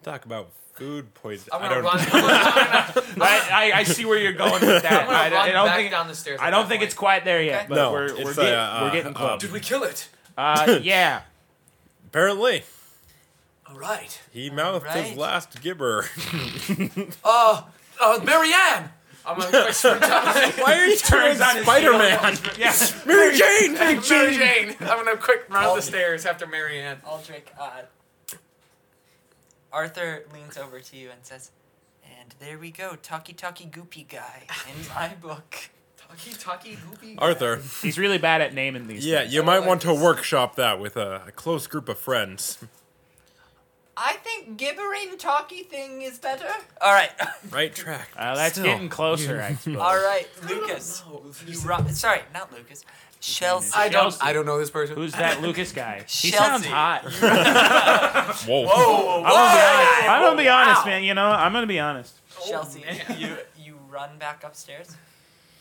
S4: Talk about food poison.
S5: I'm
S4: I
S5: gonna
S4: don't.
S5: run. I'm gonna, I'm gonna,
S1: I, I, I see where you're going with that.
S5: I'm gonna
S1: I,
S5: run
S1: I don't
S5: back
S1: think
S5: down the stairs.
S1: I
S5: at
S1: don't
S5: that
S1: think
S5: point.
S1: it's quite there yet,
S2: Okay.
S1: but
S4: No,
S1: we're, we're,
S4: it's,
S1: get,
S4: uh,
S1: we're getting
S4: uh, uh,
S1: close.
S5: Did we kill it?
S1: Uh, yeah.
S4: Apparently,
S5: All right.
S4: he mouthed
S2: Alright.
S4: his last gibber.
S5: Uh, uh, Marianne. I'm gonna quick sprint down.
S4: Why are you
S1: Turns on his
S4: Spider-Man?
S1: Yeah.
S4: Mary Jane. Mary
S5: Mary Jane. I'm gonna quick run
S1: Oh.
S5: up the stairs after Marianne.
S2: Aldrich, uh, Arthur leans over to you and says, "And there we go, talkie talkie goopy guy in my book."
S5: Taki Taki Goopy.
S4: Arthur.
S1: He's really bad at naming these.
S4: Yeah,
S1: things.
S4: you might want to workshop that with a, a close group of friends,
S2: I think gibbering talkie thing is better. All right,
S4: right track.
S1: Uh, that's
S4: Still.
S1: getting closer, I suppose.
S2: all right, Lucas.
S1: Oh,
S2: You ru- Sorry, not Lucas. Chelsea.
S5: I don't.
S1: Chelsea.
S5: I don't know this person.
S1: Who's that Lucas guy? He
S2: Chelsea.
S1: sounds hot.
S4: Whoa.
S1: I'm gonna be honest, I'm gonna be honest man. You know, I'm gonna be honest.
S2: Chelsea,
S5: Oh, man.
S2: you you run back upstairs.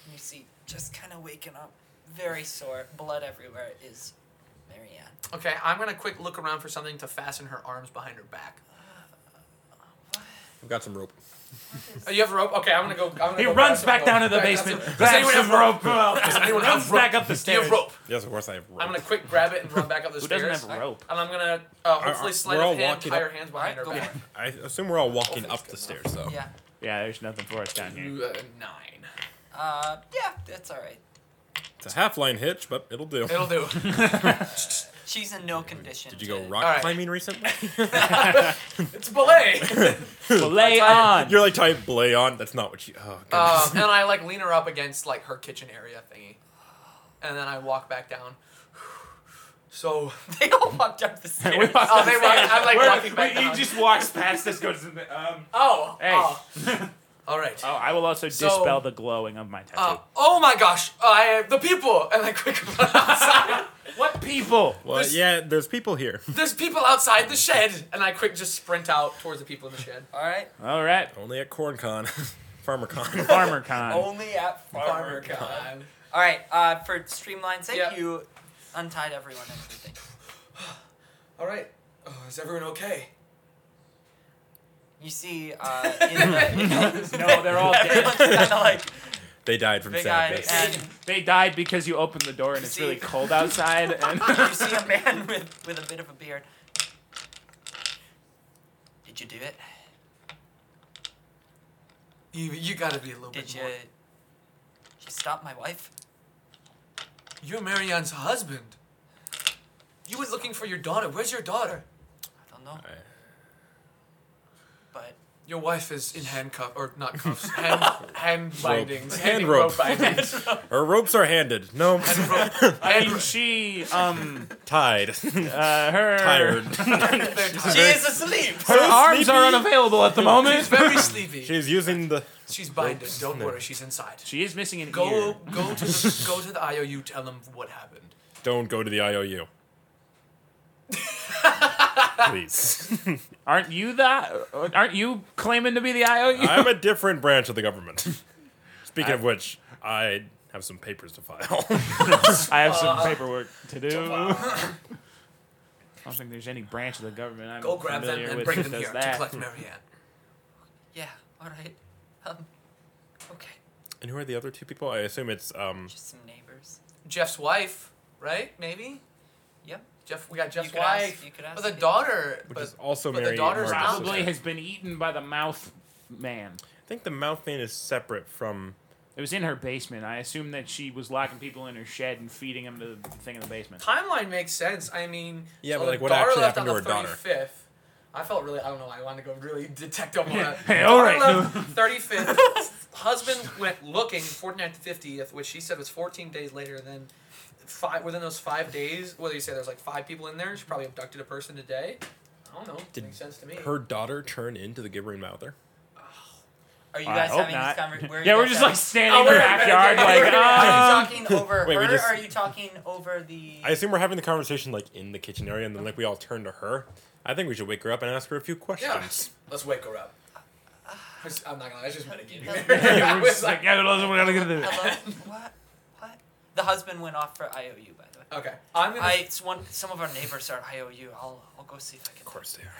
S2: And you see, just kind of waking up, very sore, blood everywhere is Marianne.
S5: Okay, I'm gonna quick look around for something to fasten her arms behind her back.
S4: I've got some rope.
S5: Uh, you have a rope? Okay, I'm gonna go. I'm gonna
S1: He
S5: go
S1: runs
S5: grab some
S1: back
S5: rope.
S1: down to the
S5: Grab
S1: basement,
S5: some- Does
S1: grabs
S5: anyone
S1: some
S5: have rope?
S1: rope, runs
S5: anyone have rope?
S1: back up the
S5: Do you
S1: stairs.
S5: have rope?
S4: Yes, of course I have rope.
S5: I'm gonna quick grab it and run back up the
S1: Who
S5: stairs.
S1: doesn't have rope?
S5: And I'm gonna uh, hopefully
S4: are-
S5: slide
S4: we're
S5: of
S4: all
S5: hand,
S4: walking
S5: tie her
S4: up-
S5: hands behind her
S2: Alright, go
S5: back.
S4: I assume we're all walking
S5: Hopefully
S4: up
S5: it's
S4: the
S5: good
S4: stairs, though.
S2: Yeah.
S1: Yeah, there's nothing for us down here.
S5: Ooh, uh, Nine.
S2: Uh, yeah, that's all right.
S4: It's a half line hitch, but it'll do.
S5: It'll do.
S2: She's in no condition.
S4: Did you go
S2: to-
S4: rock
S5: Alright.
S4: climbing recently?
S5: it's ballet.
S1: Well, lay on.
S4: You're like type blay on. That's not what you. Oh, goodness.
S5: um, and I like lean her up against like her kitchen area thingy, and then I walk back down.
S7: So
S2: They all walked up the stairs.
S5: Oh, they walk, I'm like
S1: Where-
S5: walking back
S1: he
S5: down.
S1: just walks past this, goes, um.
S5: oh,
S1: Hey.
S5: oh,
S7: all right.
S1: Oh, I will also
S5: So-
S1: dispel the glowing of my tattoo.
S5: uh, oh my gosh! I the people and I quick run outside.
S1: what people?
S4: Well,
S5: There's-
S4: yeah, there's people here.
S5: There's people outside the shed, and I quick just sprint out towards the people in the shed.
S2: all right.
S1: All right,
S4: Only at CornCon, FarmerCon.
S1: Farmer Con.
S5: Oh.
S2: Only at
S7: Farmer
S2: Farmer Con. All right. Uh, for streamline sake,
S5: Yeah.
S2: you untied everyone and everything.
S5: All right. Oh, is everyone okay?
S2: You see, uh, in
S1: No, they're all dead.
S2: everyone's kind of like
S4: they died from
S2: big eyed,
S4: sadness.
S2: and
S1: They died because you opened the door and it's
S2: See?
S1: really cold outside. And
S2: you see a man with with a bit of a beard. Did you do it?
S5: You you gotta be a little
S2: Did
S5: bit
S2: you?
S5: more.
S2: Did you stop my wife?
S5: You're Marianne's husband. You were looking for your daughter. Where's your daughter?
S2: I don't know.
S4: I-
S2: But
S5: Your wife is in handcuff or not cuffs, hand hand bindings,
S4: Hand
S5: hand
S4: rope.
S5: rope bindings,
S4: Her ropes are handed. No,
S5: hand rope.
S1: I mean, she, um,
S4: tied.
S1: uh, her,
S4: Tired.
S2: she is asleep.
S1: her arms are unavailable at the moment.
S5: Very sleepy.
S4: She's using the.
S5: She's binded. Don't worry, she's inside.
S1: She is missing an ear.
S5: Go go to the go to the IOU. Tell them what happened.
S4: Don't go to the IOU. Please.
S1: Aren't you that? Aren't you claiming to be the IOU?
S4: I'm a different branch of the government. Speaking of which, I have some papers to file.
S1: I have
S5: Uh,
S1: some paperwork to do. I don't think there's any branch of the government I'm
S5: Go grab them
S1: familiar
S5: and
S1: with
S5: bring
S1: that
S5: them
S1: does
S5: here to
S1: that.
S5: collect Marianne.
S2: Yeah. All right. Um. Okay.
S4: and who are the other two people? I assume it's um.
S2: Just some neighbors.
S5: Jeff's wife, right? Maybe.
S2: Yep.
S5: Jeff, we got Jeff's
S2: could ask-
S5: wife.
S2: you could ask
S5: but the
S2: people.
S5: daughter,
S4: Which
S5: but
S4: is also
S5: but the
S4: Mary
S5: daughter's
S4: Margaret's
S5: not-
S1: Probably
S4: sister.
S1: has been eaten by the mouth man.
S4: I think the mouth man is separate from.
S1: It was in her basement. I assume that she was locking people in her shed and feeding them to the thing in the basement.
S5: timeline makes sense. I mean,
S4: Yeah,
S5: so
S4: but,
S5: the
S4: like, what
S5: daughter
S4: actually
S5: left
S4: happened
S5: on
S4: to
S5: the
S4: her daughter?
S5: 35th. I felt really, I don't know, I wanted to go really detective on that.
S1: Hey, all right,
S5: Daughter left 35th. Husband went looking 49th to 50th, which she said was 14 days later. Then five within those five days, whether you say there's like five people in there, she probably abducted a person today. I don't know.
S4: Did
S5: makes sense to me.
S4: Her daughter turn into the gibbering mouther.
S2: Are you
S1: I
S2: guys
S1: hope
S2: having
S1: not.
S2: this conversation?
S1: Yeah, we're just like standing in
S5: Oh,
S1: the
S5: wait, wait, wait,
S1: backyard,
S5: wait,
S1: like,
S5: wait, wait,
S1: ah.
S2: Are you talking over
S4: Wait, we
S2: her,
S4: just-
S2: or are you talking over the?
S4: I assume we're having the conversation like in the kitchen area, and then like we all turn to her. I think we should wake her up and ask her a few
S5: yeah,
S4: questions.
S5: let's wake her up. I just- I'm not gonna. lie, I just want to get
S2: That's-
S5: her. I
S1: We're
S5: was
S1: just
S5: like,
S1: like, yeah, we're gonna do it.
S2: Hello? what? What? The husband went off for IOU, by the way.
S5: okay, I'm gonna.
S2: I it's one. Some of our neighbors are IOU. I'll I'll go see if I can.
S4: Of course they are.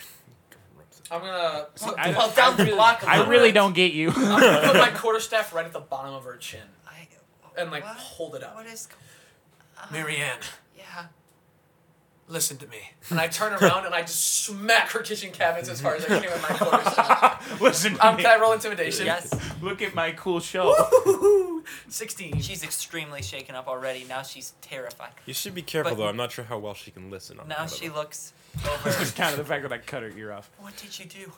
S5: I'm gonna.
S1: I-
S2: Well, down the block.
S1: I
S2: along
S1: really
S2: the-
S1: don't get you.
S5: I'm gonna put my quarterstaff right at the bottom of her chin
S2: I,
S5: and like
S2: what?
S5: hold it up.
S2: What is?
S5: Marianne,
S2: Yeah.
S5: listen to me. And I turn around and I just smack her kitchen cabinets as hard as I can with my quarterstaff.
S1: Listen to
S5: Um,
S1: me.
S5: can I roll intimidation?
S2: Yes.
S1: Look at my cool show.
S5: Woo-hoo-hoo. Sixteen.
S2: She's extremely shaken up already. Now she's terrified.
S4: You should be careful
S2: But-
S4: though. I'm not sure how well she can listen.
S1: Oh,
S4: On
S2: Now
S4: that
S2: she
S4: other-
S2: looks over.
S1: Just kind of the fact that I cut her ear off.
S2: what did you do?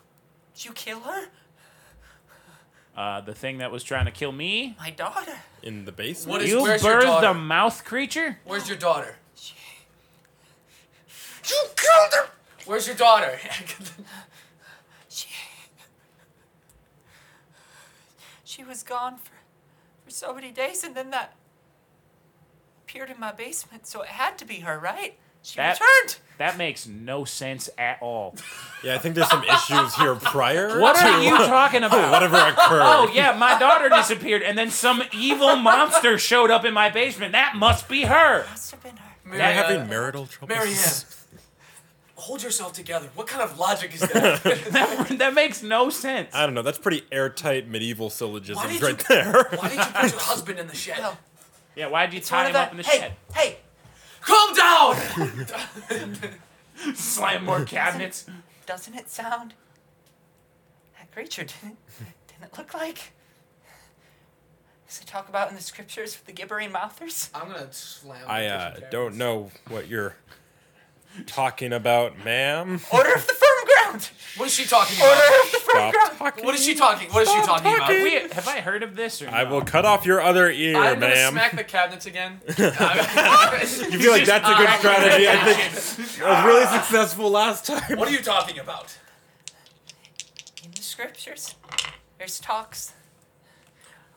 S2: Did you kill her?
S1: Uh, the thing that was trying to kill me.
S2: My daughter.
S4: in the basement.
S5: What is?
S1: You
S5: where's your
S1: birthed
S5: daughter?
S1: a mouth creature?
S5: Where's your daughter?
S2: She. You killed her.
S5: Where's your daughter?
S2: She. She was gone for, for so many days, and then that appeared in my basement. So it had to be her, right? She
S1: That-
S2: returned.
S1: That makes no sense at all.
S4: Yeah, I think there's some issues here prior.
S1: What
S4: to
S1: are you talking about?
S4: Whatever occurred.
S1: Oh yeah, my daughter disappeared, and then some evil monster showed up in my basement. That must be her.
S2: Must have been her.
S4: Am I having
S5: Marianne,
S4: marital troubles?
S5: Marianne, hold yourself together. What kind of logic is that?
S1: That, that makes no sense.
S4: I don't know. That's pretty airtight medieval
S5: Why
S4: syllogisms
S5: did
S4: right
S5: you-
S4: there.
S5: Why did you put your husband in the shed?
S2: Well,
S1: Yeah, why'd you
S2: it's
S1: tie
S2: one of
S1: him up in the
S2: hey,
S1: shed?
S2: Hey,
S5: Calm down.
S1: Slam more cabinets.
S2: doesn't it sound? That creature didn't didn't it look like. Does it talk about in the scriptures with the gibbering mouthers?
S5: I'm gonna slam.
S4: I
S5: the
S4: uh,
S5: kitchen cabinets.
S4: don't know what you're talking about, ma'am.
S2: Order of the firm
S5: ground. What is she talking about?
S4: Stop talking.
S5: What is she talking? What is she talking about?
S4: talking.
S1: Wait, have I heard of this? Or
S4: I
S1: no?
S4: will cut off your other ear,
S5: I'm gonna
S4: ma'am.
S5: smack the cabinets again.
S4: you feel like that's a good
S5: uh,
S4: strategy. I think I was really successful last time.
S5: what are you talking about?
S2: In the scriptures, there's talks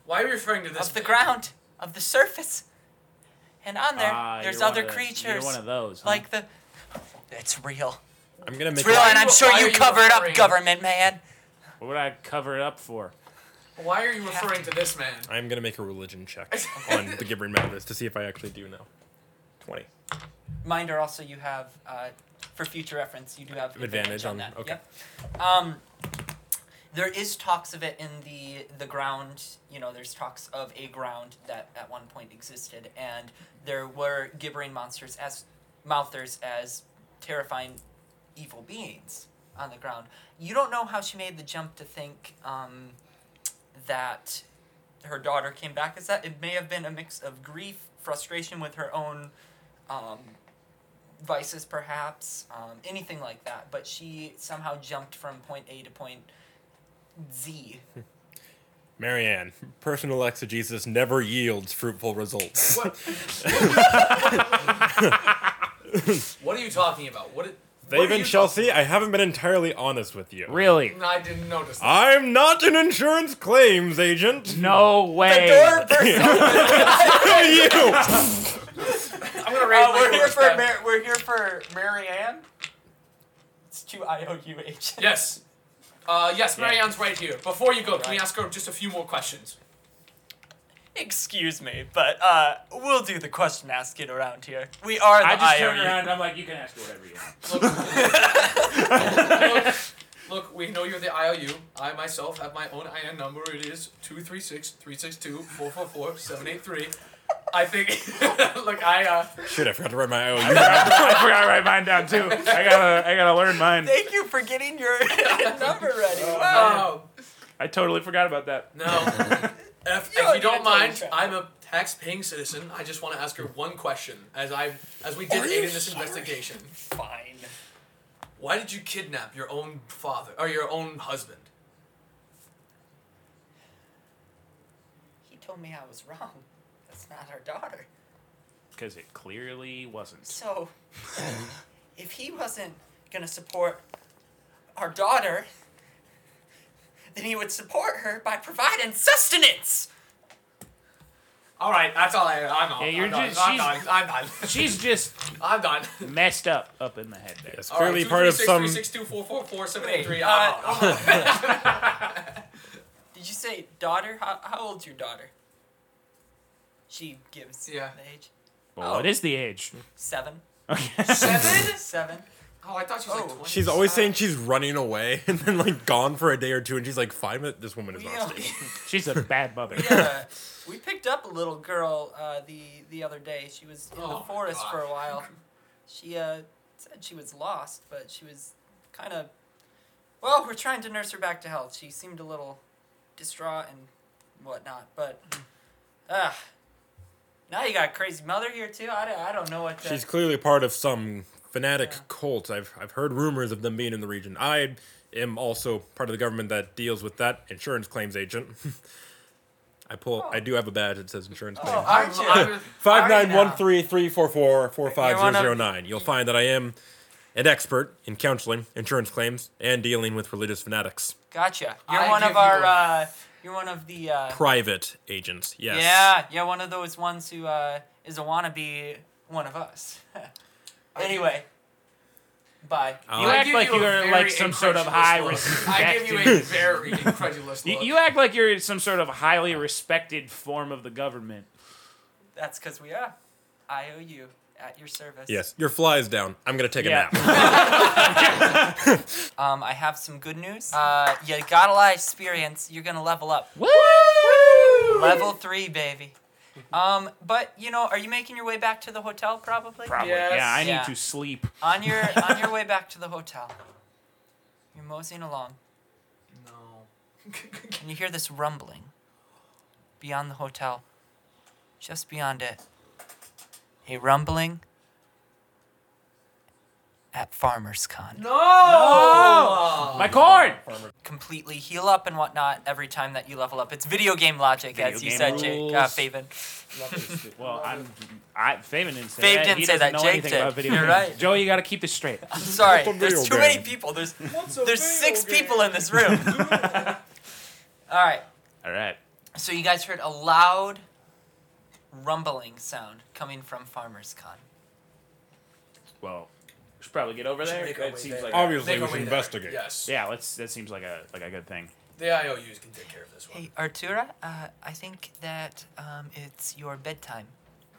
S5: Why are you referring to this?
S2: of the ground, of the surface, and on there,
S1: Ah,
S2: there's
S1: you're one
S2: other
S1: of the-
S2: creatures.
S1: You're one of those. huh?
S2: Like the. It's real.
S4: I'm gonna make.
S2: It's real,
S5: Why
S2: and
S5: are
S2: I'm
S5: you-
S2: sure
S5: why
S2: you
S5: are you
S2: cover it up,
S5: referring-
S2: government man.
S1: what would I cover it up for?
S5: Why are you referring to this man?
S4: I'm gonna make a religion check on the Gibbering Mathers to see if I actually do know. Twenty
S2: Reminder also, you have, uh, for future reference, you do have
S4: advantage on
S2: that.
S4: Okay.
S2: Yep. Um, there is talks of it in the the ground. You know, there's talks of a ground that at one point existed, and there were gibbering monsters as mouthers as terrifying evil beings on the ground. You don't know how she made the jump to think um, that her daughter came back as that. It may have been a mix of grief, frustration with her own. Um, vices perhaps um, anything like that but she somehow jumped from point a to point z
S4: Marianne, personal exegesis never yields fruitful results.
S5: What? what are you talking about? What? Did, what
S4: They've
S5: are
S4: been
S5: you
S4: Chelsea. I haven't been entirely honest with you.
S1: Really?
S5: talking- No, I didn't notice. That.
S4: I'm not an insurance claims agent.
S1: No way.
S4: Who are you?
S5: I'm gonna raise
S2: Uh,
S5: my
S2: we're here
S5: voice
S2: for
S5: then.
S2: Mar- we're here for marianne it's two i-o-u-h
S5: Yes. Uh, yes, Marianne's right here. Before you go, can we ask her just a few more questions?
S2: excuse me but uh, we'll do the question asking around here we are the
S1: I just turned
S2: IOU.
S1: around and I'm like, you can ask whatever you want.
S5: Look, look, look, we know you're the IOU. I myself have my own IN number. It is 236 362 444 783. I think. look, I. Uh,
S4: Shit, I forgot to write my own.
S1: I forgot to write mine down too. I gotta, I gotta learn mine.
S2: thank you for getting your number ready wow
S5: oh,
S1: I totally forgot about that.
S5: no. If,
S2: Yo,
S5: if you don't
S2: that's all
S5: mind,
S2: you try.
S5: I'm a tax-paying citizen. I just want to ask her one question, as I as we did
S4: Are
S5: aid
S4: you
S5: in this
S4: sorry?
S5: investigation.
S2: fine
S5: Why did you kidnap your own father or your own husband?
S2: he told me i was wrong that's not our daughter
S1: Because it clearly wasn't.
S2: So, if he wasn't gonna support our daughter, then he would support her by providing sustenance.
S5: All right, that's all I. I'm on.
S1: Yeah, you're
S5: I'm, done.
S1: just-
S5: I'm done.
S1: she's-
S5: I'm done.
S1: She's just
S5: I'm done.
S1: messed up up in the head there.
S4: It's
S5: All right,
S4: clearly part of
S5: 236,
S4: some.
S5: 362, 783.
S2: Wait,
S5: I'm
S2: uh,
S5: out.
S2: Did you say daughter? How, how old's your daughter? She gives
S5: Yeah.
S2: the age
S1: But what is the age?
S2: seven.
S1: Okay.
S5: Seven?
S2: Seven.
S5: Oh, I thought she was
S2: Oh.
S5: like 20.
S4: She's always saying she's running away and then like gone for a day or two, and she's like, "Five minutes. This woman is
S2: We,
S4: not
S2: uh,
S4: stable."
S1: She's a bad mother.
S2: we, uh, we picked up a little girl uh, the the other day. She was in
S5: Oh
S2: the
S5: my
S2: forest
S5: God.
S2: for a while. She uh, said she was lost, but she was kind of. Well, we're trying to nurse her back to health. She seemed a little distraught and whatnot, but.
S5: Mm.
S2: Uh, now you got a crazy mother here, too. I don't, I don't know what to.
S4: She's clearly part of some fanatic cult. I've I've heard rumors of them being in the region. I am also part of the government that deals with that insurance claims agent. I pull. I do have a badge that says insurance
S2: Oh,
S4: claim.
S2: aren't
S5: I'm-
S2: you?
S5: I'm-
S4: Five
S2: Are you
S4: nine
S2: now?
S4: one three three four four four five
S2: You're one
S4: zero
S2: of-
S4: zero nine. You'll find that I am an expert in counseling, insurance claims, and dealing with religious fanatics.
S2: Gotcha. You're
S5: I
S2: one
S5: give
S2: of
S5: you
S2: our.
S5: a-
S2: Uh, you're one of the. Uh,
S4: Private agents. Yes.
S2: Yeah, yeah, one of those ones who uh, is a wannabe one of us. anyway, bye.
S1: You
S5: I
S1: act
S5: give
S1: like
S5: you a
S1: you're,
S5: very
S1: like, some sort of
S5: incredulous
S1: high
S5: look.
S1: risk
S5: I give you a very incredulous
S1: You,
S5: look.
S1: you act like you're some sort of highly respected form of the government.
S2: That's because we are. I owe you at your service.
S4: Yes. Your fly's down. I'm gonna take
S1: Yeah.
S4: a nap.
S2: Um, I have some good news. Uh, you got a lot of experience. You're gonna level up.
S1: Woo!
S2: Level three, baby. Um, but you know, are you making your way back to the hotel? Probably.
S1: Probably.
S5: Yes.
S1: Yeah, I need
S2: Yeah.
S1: to sleep.
S2: on your on your way back to the hotel. You're moseying along,
S5: No.
S2: and you hear this rumbling beyond the hotel. Just beyond it, a rumbling at Farmers Con.
S5: No!
S1: Um, corn!
S2: completely heal up and whatnot every time that you level up. It's video game logic,
S1: Video
S2: as you
S1: game
S2: said, Jake. Uh,
S1: rules.
S2: Faven.
S1: Well, I'm. I, Faven didn't say
S2: Faven
S1: that.
S2: didn't
S1: he
S2: say
S1: doesn't
S2: that.
S1: know
S2: Jake
S1: anything
S2: did.
S1: about video
S2: You're
S1: games.
S2: right.
S1: Joey, you gotta keep this straight.
S2: I'm sorry.
S4: What's a
S2: There's
S4: video
S2: too many
S4: game?
S2: people. There's there's six people in this room. All right.
S1: All right.
S2: So you guys heard a loud rumbling sound coming from Farmers Con.
S1: Well, we should probably get over there.
S5: make our
S1: It
S5: way
S1: seems
S5: there.
S1: like.
S4: Obviously,
S5: Make
S4: we
S5: our
S4: should
S5: way there.
S4: investigate.
S5: Yes.
S1: Yeah, let's. That seems like a like a good thing.
S5: The IOUs can take care of this one.
S2: Hey, Artura, uh, I think that um, it's your bedtime.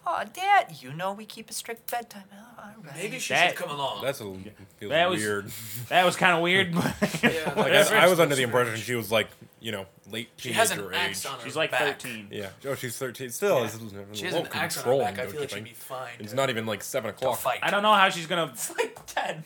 S2: Oh, Dad, you know we keep a strict bedtime. Oh, all right.
S5: Maybe she
S1: That-
S5: should come along.
S4: That's a little feels
S1: That was-
S4: weird.
S1: That was kind of weird. But
S5: Yeah.
S4: Like,
S1: whatever.
S4: I, I was under the impression she was like, you know, late
S5: she
S4: teenager
S5: has an
S4: age.
S5: axe on her
S1: She's like
S5: back.
S1: 13.
S4: Yeah. Oh, she's thirteen. Still,
S1: Yeah.
S4: it's a little
S5: She has an axe on her
S4: control,
S5: back. I
S4: don't
S5: feel
S4: you
S5: like she'd
S4: think?
S5: be fine.
S4: It's
S5: to-
S4: not even like seven
S5: to
S4: o'clock.
S5: fight.
S1: I don't know how she's gonna.
S2: It's like 10.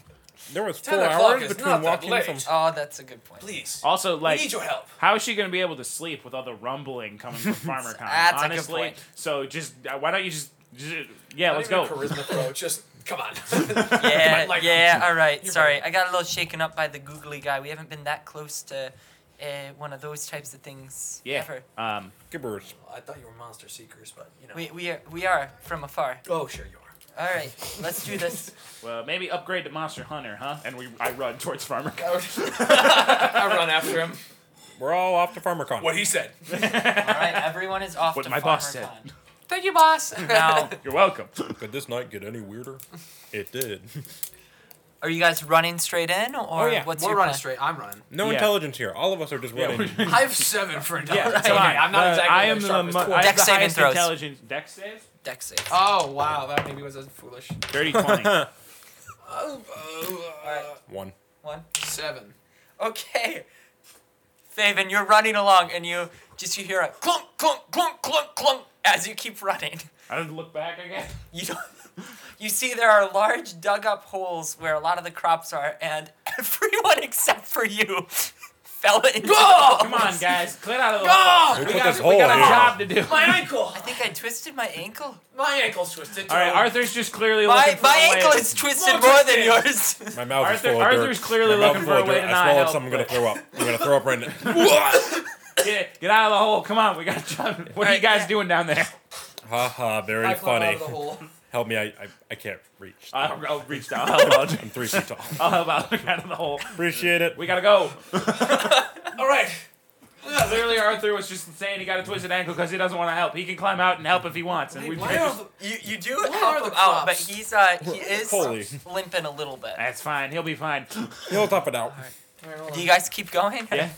S4: There was
S5: 10
S4: four
S5: o'clock
S4: hours
S5: is
S4: between
S5: not that
S4: walking
S5: late.
S4: from.
S2: Oh, that's a good point.
S5: Please.
S1: Also,
S5: we need
S1: like,
S5: your help.
S1: how is she gonna be able to sleep with all the rumbling coming from Farmer Con?
S2: That's a good
S1: honestly,
S2: point.
S1: so just uh, why don't you just, just- yeah,
S5: Not
S1: let's
S5: even
S1: go.
S5: a Charisma throw. Just come on.
S2: Yeah,
S5: Like- um,
S2: yeah, all right.
S5: You're
S2: Sorry,
S5: right.
S2: I got a little shaken up by the googly guy. We haven't been that close to uh, one of those types of things
S1: Yeah.
S2: ever.
S1: Um,
S4: Gibberish.
S5: I thought you were monster seekers, but you know.
S2: We, we, are, we are from afar.
S5: Oh, sure you are.
S2: All right, let's do this.
S1: well, maybe upgrade to Monster Hunter, huh? And we, I run towards Farmer Con.
S5: Oh, I run after him.
S4: We're all off to FarmerCon.
S5: What he said.
S2: All right, everyone is off
S1: What
S2: to
S1: my
S2: Farmer
S1: boss said.
S2: Con. Thank you, boss. Now,
S1: You're welcome.
S4: Could this night get any weirder? It did.
S2: are you guys running straight in, or
S4: yeah,
S2: what's
S5: Oh, We're
S2: your
S5: running
S2: plan?
S5: straight. I'm running.
S4: No
S1: Yeah.
S4: intelligence here. All of us are just
S1: Yeah,
S4: running.
S1: we're-
S5: I have seven for intelligence.
S1: it's
S5: okay,
S1: fine.
S5: I'm not
S1: Uh,
S5: exactly
S1: I am
S5: the
S1: the,
S5: sharpest
S1: mo-
S5: tool.
S1: I have
S2: Dex
S1: the
S2: saving
S1: highest
S2: throws.
S1: intelligence. Dex saves.
S2: Dex saves.
S5: Oh wow, that maybe was as foolish. Oh, uh,
S1: Dirty twenty.
S4: One.
S2: One.
S5: Seven.
S2: Okay. Faven, you're running along, and you just you hear a clunk, clunk, clunk, clunk, clunk as you keep running.
S1: I didn't look back again.
S2: You don't, you see there are large dug up holes where a lot of the crops are, and everyone except for you fell into. Go!
S1: Come on, guys, clear out of the.
S5: Oh,
S4: Who
S1: We
S4: put
S1: got,
S4: this
S1: we
S4: hole
S1: got a
S4: in?
S1: job to do.
S5: my ankle.
S2: I think I twisted my ankle.
S5: My ankle's twisted. Too.
S1: All right, Arthur's just clearly looking
S2: My
S1: for a
S2: my
S1: way-
S2: ankle is twisted
S5: More
S2: more, than yours.
S4: My mouth is
S1: Arthur-
S4: full of
S1: Arthur's
S4: dirt.
S1: clearly
S4: My mouth
S1: looking for
S4: is full
S1: a
S4: of
S1: way
S4: dirt.
S1: to
S4: I
S1: not
S4: swallowed
S1: help,
S4: something. I'm gonna
S1: but-
S4: throw up. I'm gonna throw up right now.
S1: Get, get out of the hole. Come on, we got a job. What are you
S2: Alright,
S1: guys
S2: yeah.
S1: doing down there?
S4: Ha ha. Very
S5: I climbed
S4: funny.
S5: out of the hole.
S4: Help me. I, I I can't reach.
S1: I'll, I'll reach down. I'll help out.
S4: I'm three feet tall.
S1: I'll help out. Get out of the hole.
S4: Appreciate it.
S1: We gotta go.
S5: All right.
S1: Clearly, Arthur was just saying he got a twisted ankle because he doesn't want to help. He can climb out and help if he wants. And we
S5: Why
S1: just-
S5: are the-
S2: You you do
S5: are
S2: help
S5: the
S2: him out, but
S5: crops?
S2: he's uh he is
S4: Holy.
S2: limping a little bit.
S1: That's fine. He'll be fine.
S4: He'll top it out.
S5: All right, hold
S2: Do
S5: on.
S2: you guys keep going?
S1: Yeah.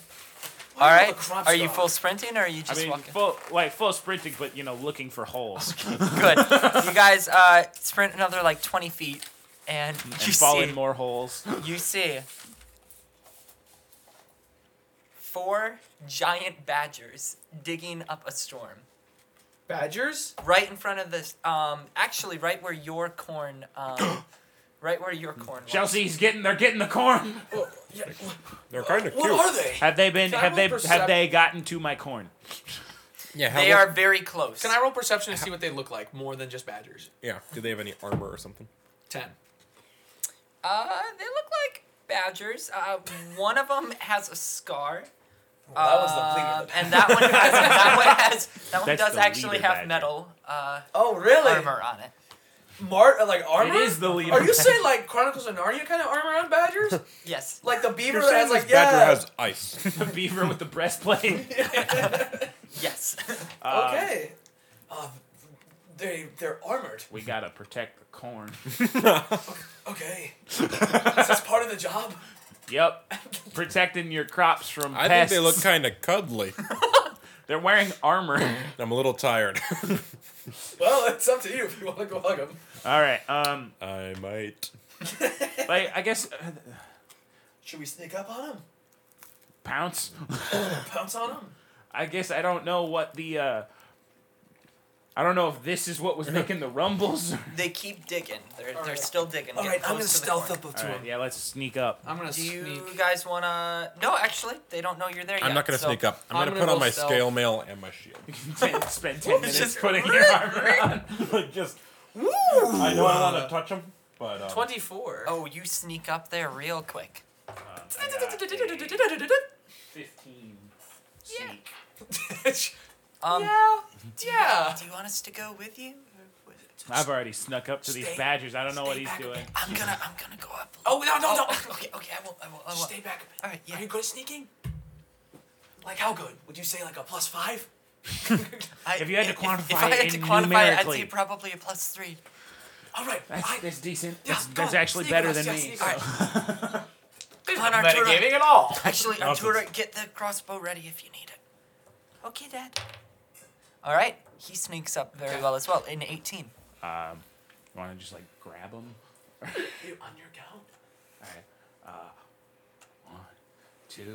S5: Why
S2: All
S5: are
S2: right.
S5: the crops
S2: Are you
S5: gone?
S2: full sprinting or are you
S1: I
S2: just
S1: mean,
S2: walking?
S1: full like full sprinting, but you know, looking for holes
S2: Good. You guys uh, sprint another like 20 feet, and you
S1: and
S2: see
S1: fall in more holes.
S2: you see four giant badgers digging up a storm
S5: Badgers?
S2: right in front of this. Um, actually, right where your corn. Um, right where your corn. Was.
S1: Chelsea's getting they're getting the corn.
S5: Oh, yeah.
S4: They're kind of cute.
S5: What are they?
S1: Have they been?
S5: Can I
S1: Have
S5: roll
S1: they?
S5: percep-
S1: Have they gotten to my corn?
S4: Yeah. How
S2: They
S4: look-
S2: are very close.
S5: Can I roll perception to see what they look like more than just badgers?
S4: Yeah. Do they have any armor or something?
S5: Ten.
S2: Uh, they look like badgers. Uh, one of them has a scar.
S5: that was the
S2: Um,
S5: bleeder.
S2: and that one has that one has that one
S1: That's
S2: does
S1: the
S2: actually
S1: leader
S2: have
S1: badger.
S2: metal uh,
S5: Oh really?
S2: armor on it.
S5: Mar- uh, like armor?
S1: It is the leader.
S5: Are you saying like Chronicles of Narnia kind of armor on badgers?
S2: Yes.
S5: like the beaver
S4: You're
S5: that
S4: saying
S5: has
S4: this
S5: like
S4: badger
S5: yeah.
S4: has ice.
S1: the beaver with the breastplate?
S2: Yes.
S1: Um,
S5: okay. Uh, they they're armored.
S1: We gotta protect the corn.
S5: Okay. is this part of the job?
S1: Yep. Protecting your crops from
S4: I think
S1: pests.
S4: they look kind of cuddly.
S1: They're wearing armor.
S4: I'm a little tired.
S5: Well, it's up to you if you want to go hug them.
S1: All right. Um.
S4: I might.
S1: Like I guess uh,
S5: Should we sneak up on them?
S1: pounce.
S5: Pounce on them?
S1: I guess I don't know what the. uh I don't know if this is what was making the rumbles.
S2: they keep digging. They're they're
S5: Alright.
S2: still digging.
S5: All right,
S2: getting
S5: I'm gonna
S2: close to the
S5: stealth
S2: corner.
S5: up to
S1: All right,
S5: them.
S1: yeah, let's sneak up.
S5: I'm gonna
S2: Do you
S5: sneak.
S2: guys wanna? No, actually, they don't know you're there yet.
S4: I'm not gonna
S2: so-
S4: sneak up. I'm,
S5: I'm
S4: gonna,
S5: gonna
S4: put on
S5: roll
S4: my
S5: stealth.
S4: scale mail and my shield.
S1: Spend, spend ten minutes
S2: just-
S1: putting your armor on.
S4: like just. I know I want to touch him, but um,
S5: Twenty-four.
S2: Oh, you sneak up there real quick.
S1: Um,
S3: Fifteen.
S2: Yeah.
S3: Sneak.
S2: Um,
S5: yeah. Yeah.
S2: Do you want us to go with you?
S1: I've already snuck up to these
S2: Stay-
S1: badgers. I don't know what
S2: Stay
S1: he's
S2: back a
S1: doing.
S2: bit. I'm gonna, I'm gonna go up.
S5: Oh no no no.
S2: okay, okay, I will, I will, I will.
S5: Stay back.
S2: All right, yeah.
S5: Are you good at sneaking? Like how good? Would you say like a plus five?
S2: I,
S1: If you had to
S2: if,
S1: quantify
S2: I had
S1: it
S2: to
S1: in
S2: quantify it, I'd
S1: numerically.
S2: say probably a plus three.
S5: All right.
S1: That's,
S5: I,
S1: that's decent.
S5: Yeah,
S1: That's,
S5: go
S1: that's
S5: on,
S1: actually
S5: sneak
S1: better
S5: with us,
S1: than
S5: yeah,
S1: me.
S5: sneak with
S1: so-
S5: there's
S2: on
S5: no
S2: our tour-
S5: metagaming at all.
S2: Actually,
S4: Nonsense.
S2: Arturo, get the crossbow ready if you need it. Okay, Dad. All right, he sneaks up very well as well. In
S1: You
S2: 18.
S1: want to just like grab them?
S5: You on your count?
S1: All right.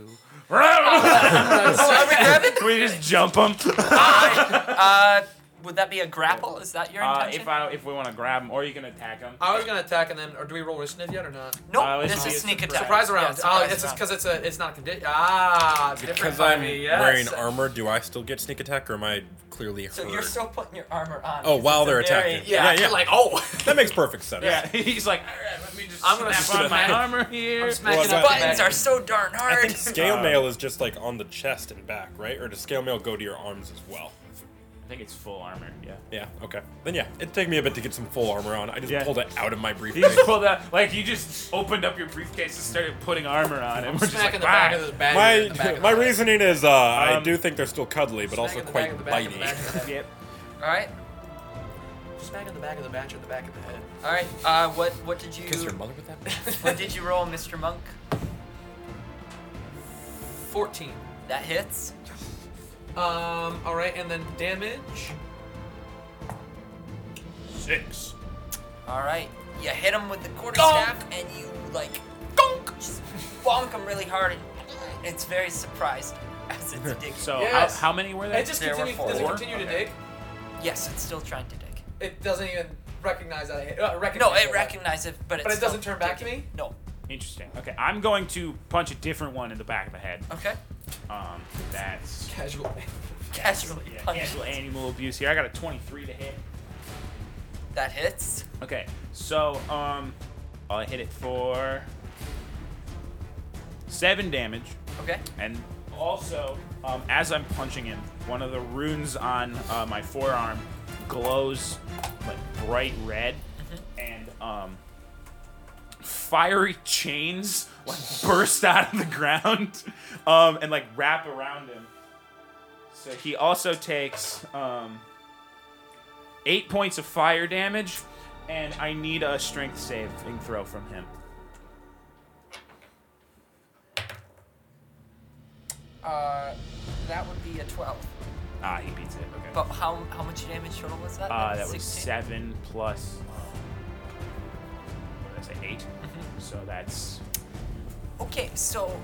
S1: Uh,
S2: Are we grabbing?
S1: one, two. we just jump them.
S2: Uh, would that be a grapple? Is that your
S1: Uh,
S2: intention?
S1: if I if we want to grab them, or you can attack them.
S5: I was gonna attack and then, or do we roll initiative yet or not?
S2: no,
S1: uh, it's
S2: this
S1: not-
S2: is
S1: it's
S2: sneak
S1: surprise.
S2: attack.
S5: Surprise
S2: Yeah,
S5: round. oh,
S2: surprise
S5: it's
S2: round.
S5: because it's a, it's not condition. Ah, it's different
S4: Because
S5: by
S4: I'm
S5: me, yes.
S4: wearing armor, do I still get sneak attack, or am I clearly hurt?
S2: So you're still putting your armor on.
S4: oh,
S2: 'cause
S4: while
S2: it's a
S4: they're
S2: very-
S4: attacking.
S5: Yeah,
S4: yeah, yeah.
S5: like oh.
S4: that makes perfect sense.
S1: Yeah, he's like, all right, let me just
S5: I'm gonna
S1: snap on my
S4: smack-
S1: armor here.
S5: I'm smacking
S4: Well,
S5: up
S4: but-
S5: the
S2: Buttons
S5: back.
S2: are so darn
S4: I
S2: hard.
S4: think scale
S1: Uh,
S4: mail is just like on the chest and back, right? Or does scale mail go to your arms as well?
S1: I think it's full armor. Yeah.
S4: Yeah, okay. Then yeah, it'd take me a bit to get some full armor on. I just
S1: Yeah.
S4: pulled it out of my
S1: You
S4: briefcase.
S1: just pulled out, like you just opened up your briefcase and started putting armor on, and we're just
S5: Smack
S1: like,
S5: in the back
S1: "Ah."
S5: of the bag. in the back
S4: my
S5: of the
S4: my
S5: bag.
S4: reasoning is uh, I
S1: Um,
S4: do think they're still cuddly, but
S5: Smack
S4: also
S5: in the
S4: quite
S5: back of the back of the
S4: bitey.
S5: back of the head.
S1: Yep.
S2: All right,
S5: Smack in the back of the badge or the back of the head.
S2: all right. Uh, what what did you
S4: Kiss your mother with that?
S2: what did you roll, Mr. Monk?
S5: 14.
S2: That hits.
S5: Um, alright, and then damage.
S1: Six.
S2: All right, you hit him with the quarterstaff, and you like gonk, just bonk him really hard, and it's very surprised as it's digging.
S1: So
S5: Yes.
S1: how, how many were there?
S5: It just
S2: There were
S5: continue, does it
S2: four.
S5: continue to
S1: Okay.
S5: dig?
S2: yes, it's still trying to dig.
S5: It doesn't even recognize that I hit. Uh, recognize
S2: No, it
S5: that I-
S2: recognizes it, but it's
S5: But it
S2: still
S5: doesn't turn back to
S2: digging.
S5: me?
S2: No.
S1: Interesting. Okay, I'm going to punch a different one in the back of the head.
S2: Okay.
S1: Um, that's
S5: Casual.
S2: Casually
S1: yeah,
S2: punch.
S1: actual animal abuse here. I got a 23 to hit.
S2: That hits.
S1: Okay, so um, I'll hit it for seven damage,
S2: Okay.
S1: and also um, as I'm punching him, one of the runes on uh, my forearm glows like bright red, and um, fiery chains like burst out of the ground, um, and like wrap around him. So he also takes um, eight points of fire damage, and I need a strength saving throw from him.
S2: Uh, that would be a 12.
S1: Ah, he beats it. Okay.
S2: But how how much damage total was that?
S1: Uh, that was
S2: 16?
S1: seven plus. What did I say? 8 So that's
S2: Okay, so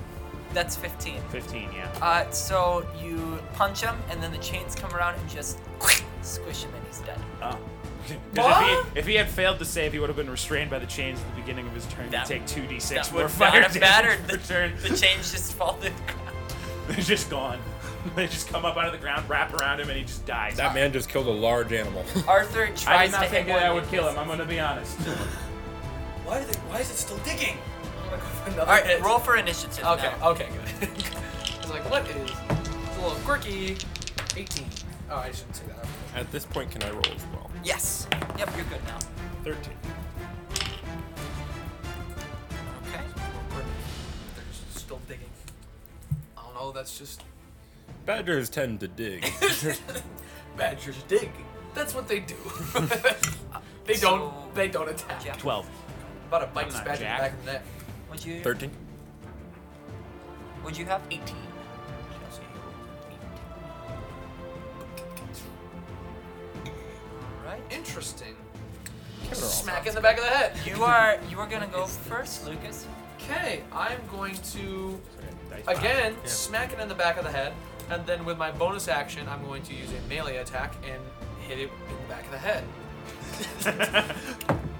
S2: that's 15.
S1: 15, yeah.
S2: Uh, so you punch him, and then the chains come around and just squish him, and he's dead.
S1: Oh. 'Cause If, he, if he had failed to save, he would have been restrained by the chains at the beginning of his turn
S2: That-
S1: to take 2d6
S2: That
S1: more
S2: would
S1: fire
S2: not
S1: damage
S2: have mattered.
S1: per
S2: The,
S1: turn.
S2: the chains just fall to the ground.
S1: They're just gone. They just come up out of the ground, wrap around him, and he just dies.
S4: that man just killed a large animal.
S2: Arthur
S1: I did
S2: tries
S1: not
S2: to hit
S1: think
S2: one.
S1: that I would kill him. I'm gonna be honest.
S5: why, did it, why is it still digging? I'm gonna go for another
S2: All right,
S5: hit.
S2: roll for initiative.
S5: Okay,
S2: now.
S5: okay, good. I was like, what is. It's a little quirky. 18. Oh, I shouldn't say that.
S4: At this point, can I roll as well?
S2: Yes. Yep, you're good now.
S4: Thirteen.
S2: Okay.
S5: They're just still digging. I don't know, that's just.
S4: Badgers tend to dig.
S5: Badgers dig. That's what they do. they
S2: So-
S5: don't. They don't attack.
S2: Jack,
S1: 12.
S5: About a bite
S1: I'm not
S5: badger in the
S1: Jack.
S5: back of the neck.
S2: would you?
S4: Thirteen.
S2: Would you have 18? Alright.
S5: Interesting.
S4: Give it a roll.
S5: Smack in the back of the head.
S2: You are you are gonna go first, Lucas.
S5: Okay, I'm going to
S1: Dice pop.
S5: again smack it in the back of the head, and then with my bonus action, I'm going to use a melee attack and hit it in the back of the head.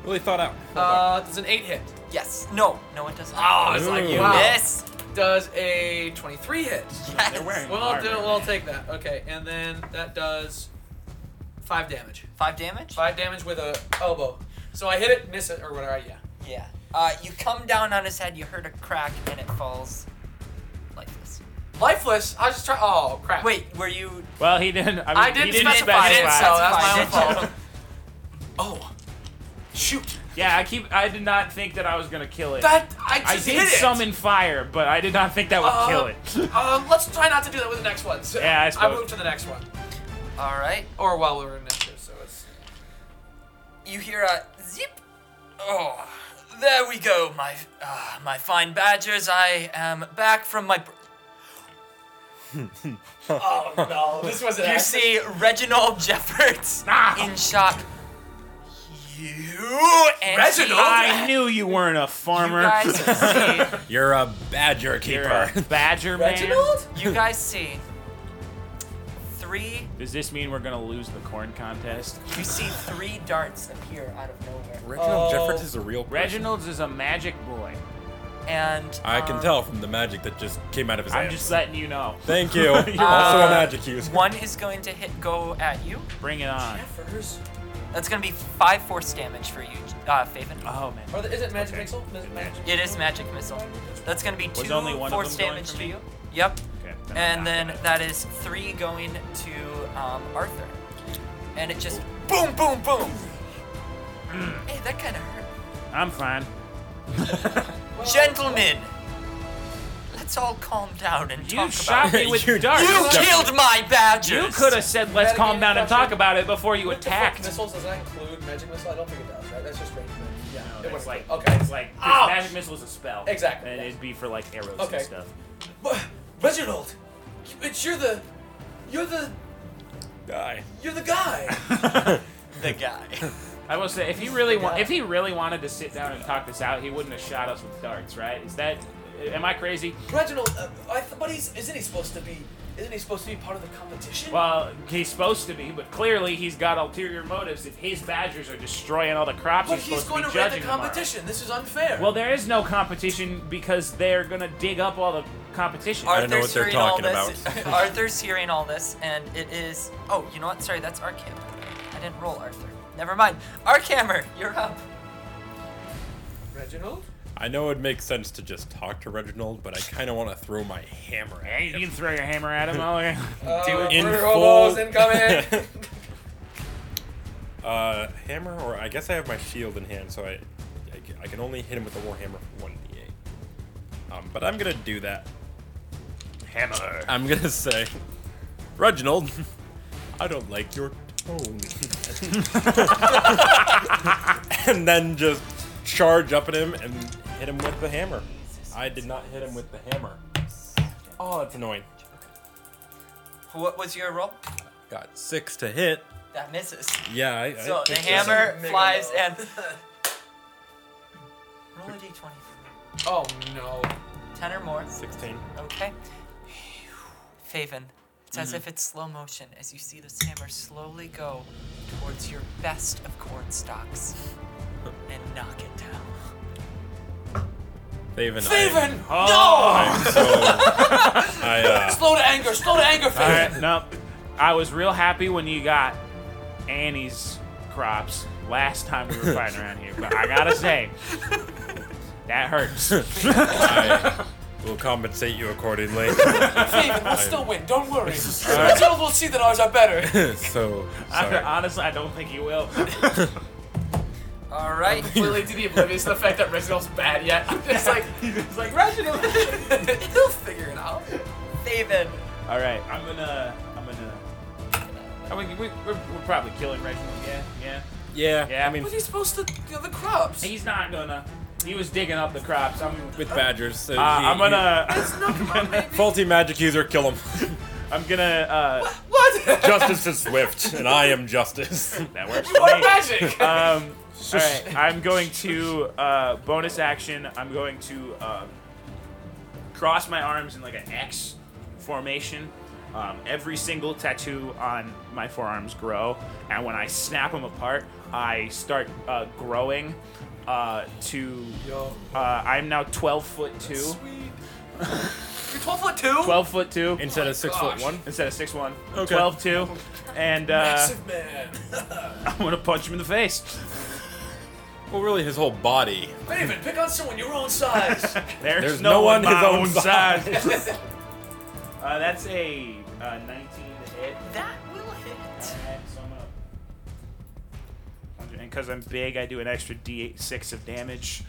S4: Really thought out.
S5: Uh, does an eight hit?
S2: Yes. No. No, it doesn't.
S5: Oh, it's like
S4: Ooh.
S5: you
S4: Wow.
S2: Yes.
S5: Does a 23 hit?
S2: Yes.
S1: They're wearing
S5: Well, I'll,
S1: armor.
S5: do, well, I'll take that. Okay, and then that does five damage.
S2: Five damage.
S5: Five damage with a elbow. So I hit it, miss it, or whatever. Yeah.
S2: Yeah. Uh, you come down on his head, you heard a crack, and it falls lifeless.
S5: Lifeless. I was just trying. Oh crap.
S2: Wait, were you?
S1: Well, he didn't. I, mean,
S2: I didn't
S1: he didn't
S2: specify it,
S1: specify.
S2: so
S5: Oh,
S2: uh,
S5: that's my own
S2: Fine.
S5: fault. oh, shoot!
S1: Yeah, I keep. I did not think that I was gonna kill it.
S5: That I
S1: I
S5: just
S1: did
S5: hit it.
S1: summon fire, but I did not think that would
S5: Uh,
S1: kill it.
S5: um, let's try not to do that with the next one. So
S1: Yeah, I
S5: I
S1: suppose.
S5: moved to the next one.
S2: All right.
S5: Or while we were in initiative, so it's.
S2: You hear a zip. Oh, there we go, my uh, my fine badgers. I am back from my. Br-
S5: Oh no, this was an
S2: You
S5: accident.
S2: see Reginald Jeffords
S1: Ah.
S2: in shock. You and
S5: Reginald?
S1: I knew you weren't a
S2: You
S1: farmer.
S2: guys see.
S4: You're a badger
S1: You're
S4: keeper.
S1: a badger man.
S5: Reginald?
S2: You guys see. Three.
S1: Does this mean we're gonna lose the corn contest?
S2: You see three darts appear out of nowhere,
S4: Reginald
S5: Oh.
S4: Jeffers is a real person.
S1: Reginald's is a magic boy.
S2: and
S4: I can
S2: um,
S4: tell from the magic that just came out of his
S1: I'm
S4: hands.
S1: just letting you know.
S4: Thank you. also a magic user.
S2: One is going to hit go at you.
S1: Bring it on.
S5: Jeffers.
S2: That's going to be five force damage for you, uh, Faven.
S1: Oh man.
S5: Or the, is it magic
S1: Okay.
S5: missile? Is it magic?
S2: It is magic missile. That's going to be two
S1: Was only one of
S2: force
S1: them going
S2: damage
S1: for
S2: to
S1: me? Ah.
S2: you. Yep.
S1: Okay, then I'm
S2: And
S1: not
S2: then
S1: gonna-
S2: that is three going to um, Arthur. And it just boom, boom, boom.
S1: Mm.
S2: hey, that kind of hurt.
S1: I'm fine.
S2: Gentlemen, let's all calm down and
S1: You
S2: talk
S1: shot
S2: about
S1: me with
S4: You-
S1: darts.
S2: You killed my badgers.
S1: You could have said, "Let's calm down and talk about it" before you
S5: With the forked
S1: attacked.
S5: Missiles does that include magic missile? I don't think it does, right? That's just range. Yeah,
S1: No,
S5: it
S1: that's
S5: was
S1: like
S5: okay.
S1: It's like 'cause
S5: Ow!
S1: magic missile is a spell.
S5: Exactly,
S1: And
S5: yeah.
S1: it'd be for like arrows
S5: Okay.
S1: and stuff.
S5: But, Reginald, it's you're the, you're the,
S4: Die.
S5: you're the guy.
S2: the guy.
S1: I will say, if he really wa- if he really wanted to sit down and talk this out, he wouldn't have shot us with darts, right? Is that? Am I crazy?
S5: Reginald, uh, I th- but he's isn't he supposed to be? Isn't he supposed to be part of the competition?
S1: Well, he's supposed to be, but clearly he's got ulterior motives. If his badgers are destroying all the crops,
S5: but
S1: he's
S5: he's
S1: supposed
S5: going
S1: to
S5: to
S1: be
S5: win the
S1: judging tomorrow.
S5: competition. This is unfair.
S1: Well, there is no competition because they're gonna dig up all the competition.
S4: don't know what they're
S2: hearing all
S4: talking
S2: this. Arthur's hearing all this, and it is. Oh, you know what? Sorry, that's Arkhammer. I didn't roll Arthur. Never mind. Arkhammer, you're up.
S5: Reginald.
S4: I know it makes sense to just talk to Reginald, but I kind of want to throw my hammer at
S1: Hey, you can
S4: him.
S1: throw your hammer at him. Oh, yeah.
S5: Uh,
S4: in
S5: murder
S4: full-
S5: hobos incoming.
S4: Uh, hammer, or I guess I have my shield in hand, so I, I, ca- I can only hit him with a warhammer for one d8. Um, but I'm gonna do that.
S1: hammer.
S4: I'm gonna say, Reginald, I don't like your tone. and then just charge up at him and hit him with the hammer. I did not hit him with the hammer. Oh, that's annoying.
S2: What was your roll?
S4: Got six to hit.
S2: That misses.
S4: Yeah, I, I
S2: So the
S4: picked
S2: hammer
S5: Mega
S2: flies
S5: low.
S2: and. roll a d20. for
S5: oh no.
S2: me. Ten or more.
S4: this up. Sixteen.
S2: Okay. Faven, it's
S4: Mm-hmm.
S2: as if it's slow motion as you see this hammer slowly go towards your best of corn stalks and knock it down.
S4: Faven.
S5: Faven,
S1: Oh.
S5: no!
S4: So I, uh,
S5: Slow to anger. Slow to anger,
S1: All
S5: Faven.
S1: right, no. I was real happy when you got Annie's crops last time we were fighting around here, but I gotta say, that hurts.
S4: I will compensate you accordingly.
S5: Faven, we'll still win. Don't worry.
S4: right.
S5: Reginald will see that ours are better.
S4: so
S1: I,
S4: sorry.
S1: honestly, I don't think you will.
S2: All right.
S5: completely to be oblivious to the fact that Reginald's bad yet. I'm just like, it's like Reginald, he'll figure it out.
S2: Faven.
S1: All right, I'm gonna, I'm gonna. I mean, we, we're, we're probably killing Reginald. Yeah, yeah.
S4: Yeah.
S1: Yeah.
S4: I mean,
S5: But he's supposed to you know, the crops.
S1: He's not gonna. He was digging up the crops. I'm.
S4: with badgers. So
S1: Uh,
S4: he-
S1: I'm gonna.
S5: It's not come on,
S4: he-
S5: baby.
S4: faulty magic user, kill him.
S1: I'm gonna. Uh,
S5: What?
S4: justice is swift, and I am justice.
S1: that works.
S5: You
S1: for
S5: are
S1: me.
S5: magic.
S2: Uh,
S1: Um, all right, I'm going to uh, bonus action. I'm going to um, cross my arms in like an X formation. Um, every single tattoo on my forearms grow, and when I snap them apart, I start uh, growing. Uh, to
S5: Yo.
S1: uh, I'm now 12 foot two.
S5: You're 12 foot 2?
S1: 12 foot two
S4: Instead of six foot
S5: gosh.
S4: one.
S1: instead of six one.
S4: Okay.
S1: 12 two, and uh,
S5: Massive man.
S1: I'm gonna punch him in the face.
S4: Well, really, his whole body.
S5: Raven, pick on someone your own size.
S1: There's,
S4: There's
S1: no,
S4: no
S1: one
S4: one
S1: my
S4: his own
S1: own
S4: size.
S1: size. uh, that's a uh, 19 to hit.
S2: That will hit.
S1: And so I'm up. And because I'm big, I do an extra d6 of damage.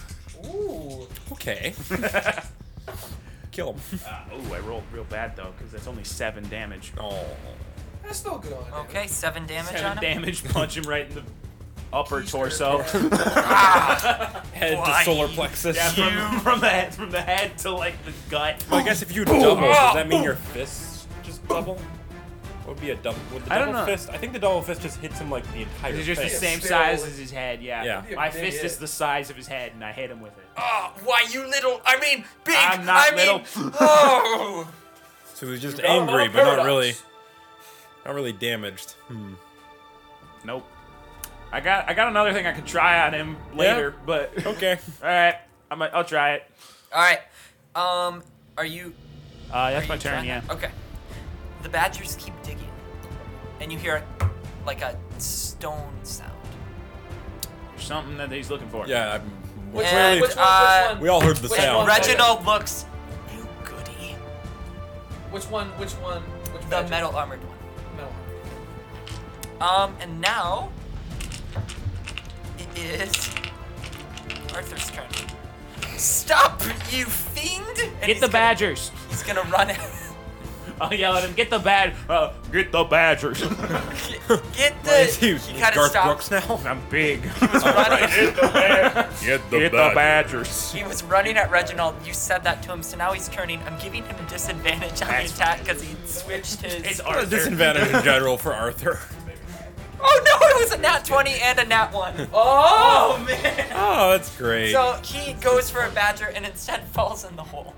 S5: Ooh.
S4: Okay. Kill him.
S1: Uh, oh, I rolled real bad though, because that's only seven damage.
S4: Oh.
S5: That's still good on him.
S2: Okay, seven damage on
S1: Seven
S2: him.
S1: damage, punch him right in the upper
S5: He's
S1: torso.
S4: Head
S2: Why?
S4: to solar plexus.
S1: Yeah, from, from the head, from the head to like the gut.
S4: Well, I guess if you double, does that mean your fists just double? What would be a double? Would the
S1: I
S4: double
S1: don't know.
S4: fist? I think the double fist just hits him like the entire.
S1: It's just the
S4: face.
S1: same
S5: Still-
S1: size as his head. Yeah.
S4: Yeah.
S1: My
S5: Big
S1: fist
S5: hit.
S1: is the size of his head, and I hit him with it.
S2: Oh, why you little? I mean, big.
S1: I'm not
S2: I
S1: little.
S2: Mean, oh.
S4: So he's just
S5: got a lot
S4: angry,
S5: of
S4: but not
S5: paradox.
S4: really, not really damaged. Hmm.
S1: Nope. I got I got another thing I could try on him later, but
S4: Okay.
S1: all right, I'm I'll try it.
S2: All right. Um, are you?
S1: Uh,
S2: are
S1: that's my
S2: you
S1: turn.
S2: trying-
S1: Yeah.
S2: Okay. The badgers keep digging, and you hear like a stone sound.
S1: Something that he's looking for.
S4: Yeah. I'm,
S5: Which,
S2: And,
S5: which one? Which
S2: uh,
S5: one?
S4: we all heard the
S5: Which
S4: sound.
S5: one?
S2: Reginald looks. You goody.
S5: Which one? Which one? Which
S2: The
S5: magic?
S2: metal armored one.
S5: Metal.
S2: Um, and now it is Arthur's turn. Stop, you fiend! And
S1: Get
S2: he's
S1: the
S2: gonna-
S1: badgers.
S2: He's gonna run out.
S1: I'll yell at him. Get the bad. Uh, get the badgers.
S2: Get the.
S4: It's huge.
S2: You
S4: He's
S2: gotta
S4: Garth
S2: stop.
S4: Brooks now.
S1: I'm big.
S2: Running,
S4: Get
S1: get the badgers.
S2: he was running at Reginald. You said that to him, so now he's turning. I'm giving him a disadvantage on the
S1: That's
S2: attack because he switched his.
S1: It's
S2: oh
S1: Arthur.
S4: Disadvantage in general for Arthur.
S2: no! It was a nat 20 and a nat 1.
S5: Oh, man.
S4: Oh, that's great.
S2: So he goes for a badger and instead falls in the hole.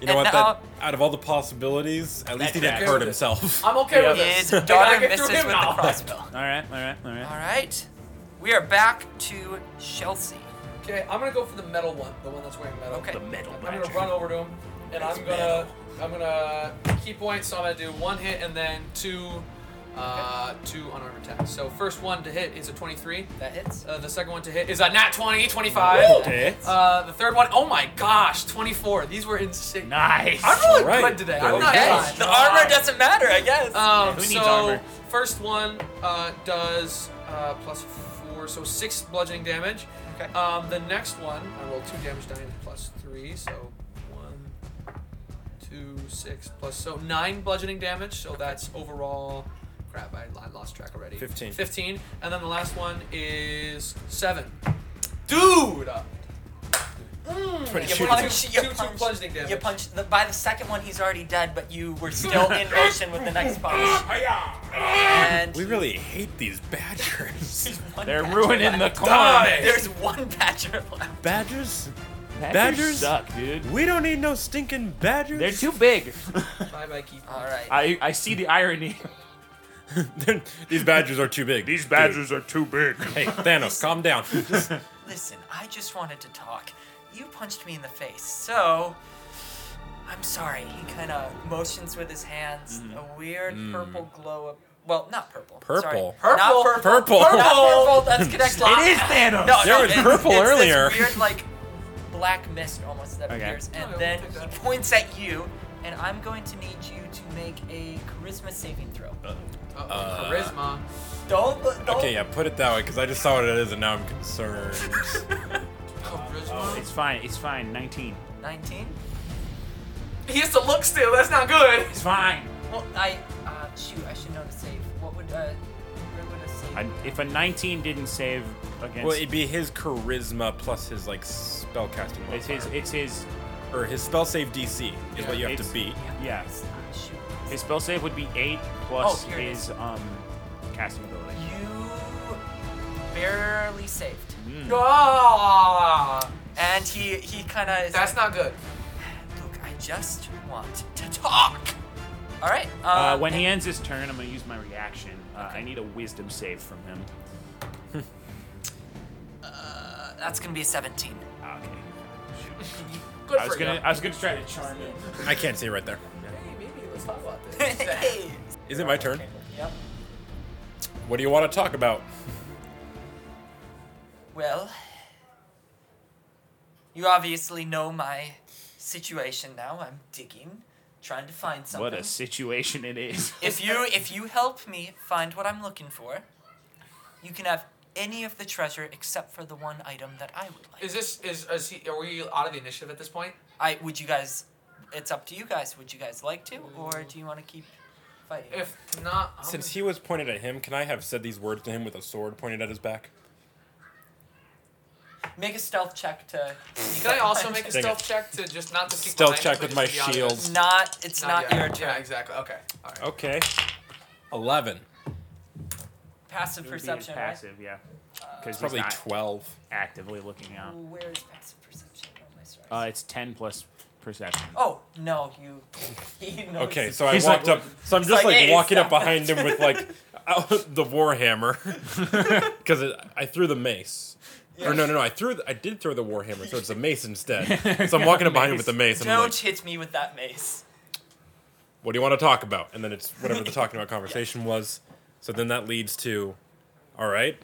S4: you know
S2: and
S4: what?
S2: now-
S4: That, out of all the possibilities, at least he didn't
S1: tracks.
S4: hurt himself.
S5: I'm okay
S1: Yeah.
S5: with this.
S2: His
S5: Like, I
S2: daughter
S5: get
S2: misses
S5: through
S2: with
S5: him
S2: the
S5: now.
S2: crossbow.
S1: All right. All right. All right.
S2: All right, we are back to Chelsea.
S5: Okay, I'm gonna go for the metal one, the one that's wearing metal.
S2: Okay. The
S1: metal
S5: I'm
S1: magic.
S5: gonna run over to him, and I'm gonna I'm gonna key point. So I'm gonna do one hit and then two, uh, two unarmed attacks. So first one to hit is a 23.
S2: That hits.
S5: Uh, the second one to hit is a nat 20, 25.
S4: Okay.
S5: Uh, the third one, oh my gosh, 24. These were insane.
S1: Nice.
S5: I'm really
S4: Alright.
S5: good today. I'm
S4: Very
S5: not
S4: good.
S2: Hey,
S5: bad.
S2: the armor doesn't matter, I guess.
S5: Um,
S1: Who needs
S5: so
S1: armor?
S5: first one uh, does uh, plus four, so six bludgeoning damage.
S2: Okay.
S5: Um, the next one, I rolled two damage dice plus three, so one, two, six plus so nine bludgeoning damage. So that's overall. Crap, I, I lost track already.
S4: 15.
S5: Fifteen, and then the last one is seven. Dude.
S2: you
S5: two-
S2: punch, you
S5: two- two
S2: punch,
S5: bludgeoning damage.
S2: you punch. The, by the second one, he's already dead, but you were still in motion with the next punch. And
S4: We really hate these badgers.
S2: there's one
S1: They're
S2: badger
S1: ruining the
S2: left.
S1: corn.
S2: There's one badger left.
S4: badgers?
S1: Badgers
S4: Badgers?
S1: suck, dude.
S4: We don't need no stinking badgers.
S1: They're too big.
S5: Bye bye, keep.
S2: All right.
S1: I I see the irony.
S4: They're- these badgers are too big. Dude.
S1: are too big.
S4: Hey, Thanos, calm down.
S2: Listen, I just wanted to talk. You punched me in the face, so I'm sorry. He kind of motions with his hands, a weird purple glow. Up, well, not purple. sorry.
S4: Purple.
S2: Not
S5: Purple.
S2: purple.
S4: Purple.
S2: Not purple. That's connect
S1: It
S2: line.
S1: is Thanos.
S2: No,
S4: There
S2: no,
S4: was
S2: it's-
S4: purple
S2: it's this
S4: earlier.
S2: weird like black mist almost that
S1: Okay.
S2: appears, and
S5: we'll
S2: then
S5: take
S2: he
S5: that.
S2: points at you, and I'm going to need you to make a charisma saving throw.
S5: Uh, charisma.
S2: Don't don't.
S4: okay, yeah, put it that way, because I just saw what it is and now I'm concerned.
S5: Charisma.
S1: Uh, oh, It's fine. It's fine. 19.
S2: 19.
S5: He has to look still. That's not good.
S1: It's fine.
S2: Well, I uh, shoot. I should know to save. What would uh, where would a save?
S1: I, if a 19 didn't save against,
S4: well, it'd be his charisma plus his, like, spell casting.
S1: it's his. It's his.
S4: or his spell save DC is what you have
S1: It's-
S4: to beat.
S1: yeah.
S2: it's- uh, shoot.
S1: His spell save would be eight plus
S2: Oh, here it
S1: his um casting ability.
S2: You barely saved,
S1: Hmm.
S5: Ah,
S2: and he he kind of.
S5: that's not good.
S2: Look, I just want to talk. All right. Um,
S1: Uh, when he
S2: and-
S1: ends his turn, I'm gonna use my reaction. Uh, I need a Wisdom save from him.
S2: uh, that's gonna be a 17.
S1: Ah, Okay.
S5: Good
S1: I was
S5: for
S1: gonna.
S5: you.
S1: I was gonna try to charm him.
S4: I can't see right there.
S5: Hey, maybe let's talk about this.
S2: hey.
S4: Is it my turn?
S2: Yep.
S4: What do you want to talk about?
S2: Well, you obviously know my situation now. I'm digging, trying to find something.
S1: What a situation it is.
S2: if you if you help me find what I'm looking for, you can have any of the treasure except for the one item that I would like.
S5: Is this is, is he, are we out of the initiative at this point?
S2: I would you guys? It's up to you guys. Would you guys like to, or do you want to keep fighting?
S5: If not, I'm
S4: Since he was pointed at him, can I have said these words to him with a sword pointed at his back?
S2: Make a stealth check to.
S5: Can I also make a
S4: Dang it.
S5: stealth check to just not to peek
S4: Stealth
S5: behind
S4: check
S5: us, but
S4: with my
S5: just to be out of it?
S4: shield. Oh,
S2: Not. It's not,
S5: yet.
S2: your turn.
S5: Yeah, exactly. Okay. All right.
S4: Okay. Eleven.
S2: Passive
S1: It would be
S2: perception. right? Uh,
S1: passive, yeah. Because he's
S4: Probably
S1: not
S4: twelve.
S1: actively looking out.
S2: Where is passive perception on my story?
S1: Uh, it's ten plus perception.
S2: oh no, you. He knows.
S4: Okay, so I
S1: He's
S4: walked
S1: like-
S4: up. So I'm
S2: He's
S4: just
S2: like,
S4: like,
S2: "Hey,
S4: walking up
S2: stop."
S4: behind him with like uh, the warhammer, because I threw the mace. Or no, no, no! I threw. The, I did throw the warhammer, so it's a mace instead. So I'm walking up behind him with the mace, and I'm
S2: Don't
S4: like,
S2: hit me with that mace.
S4: "What do you want to talk about?" And then it's whatever the talking about conversation was. So then that leads to, all right,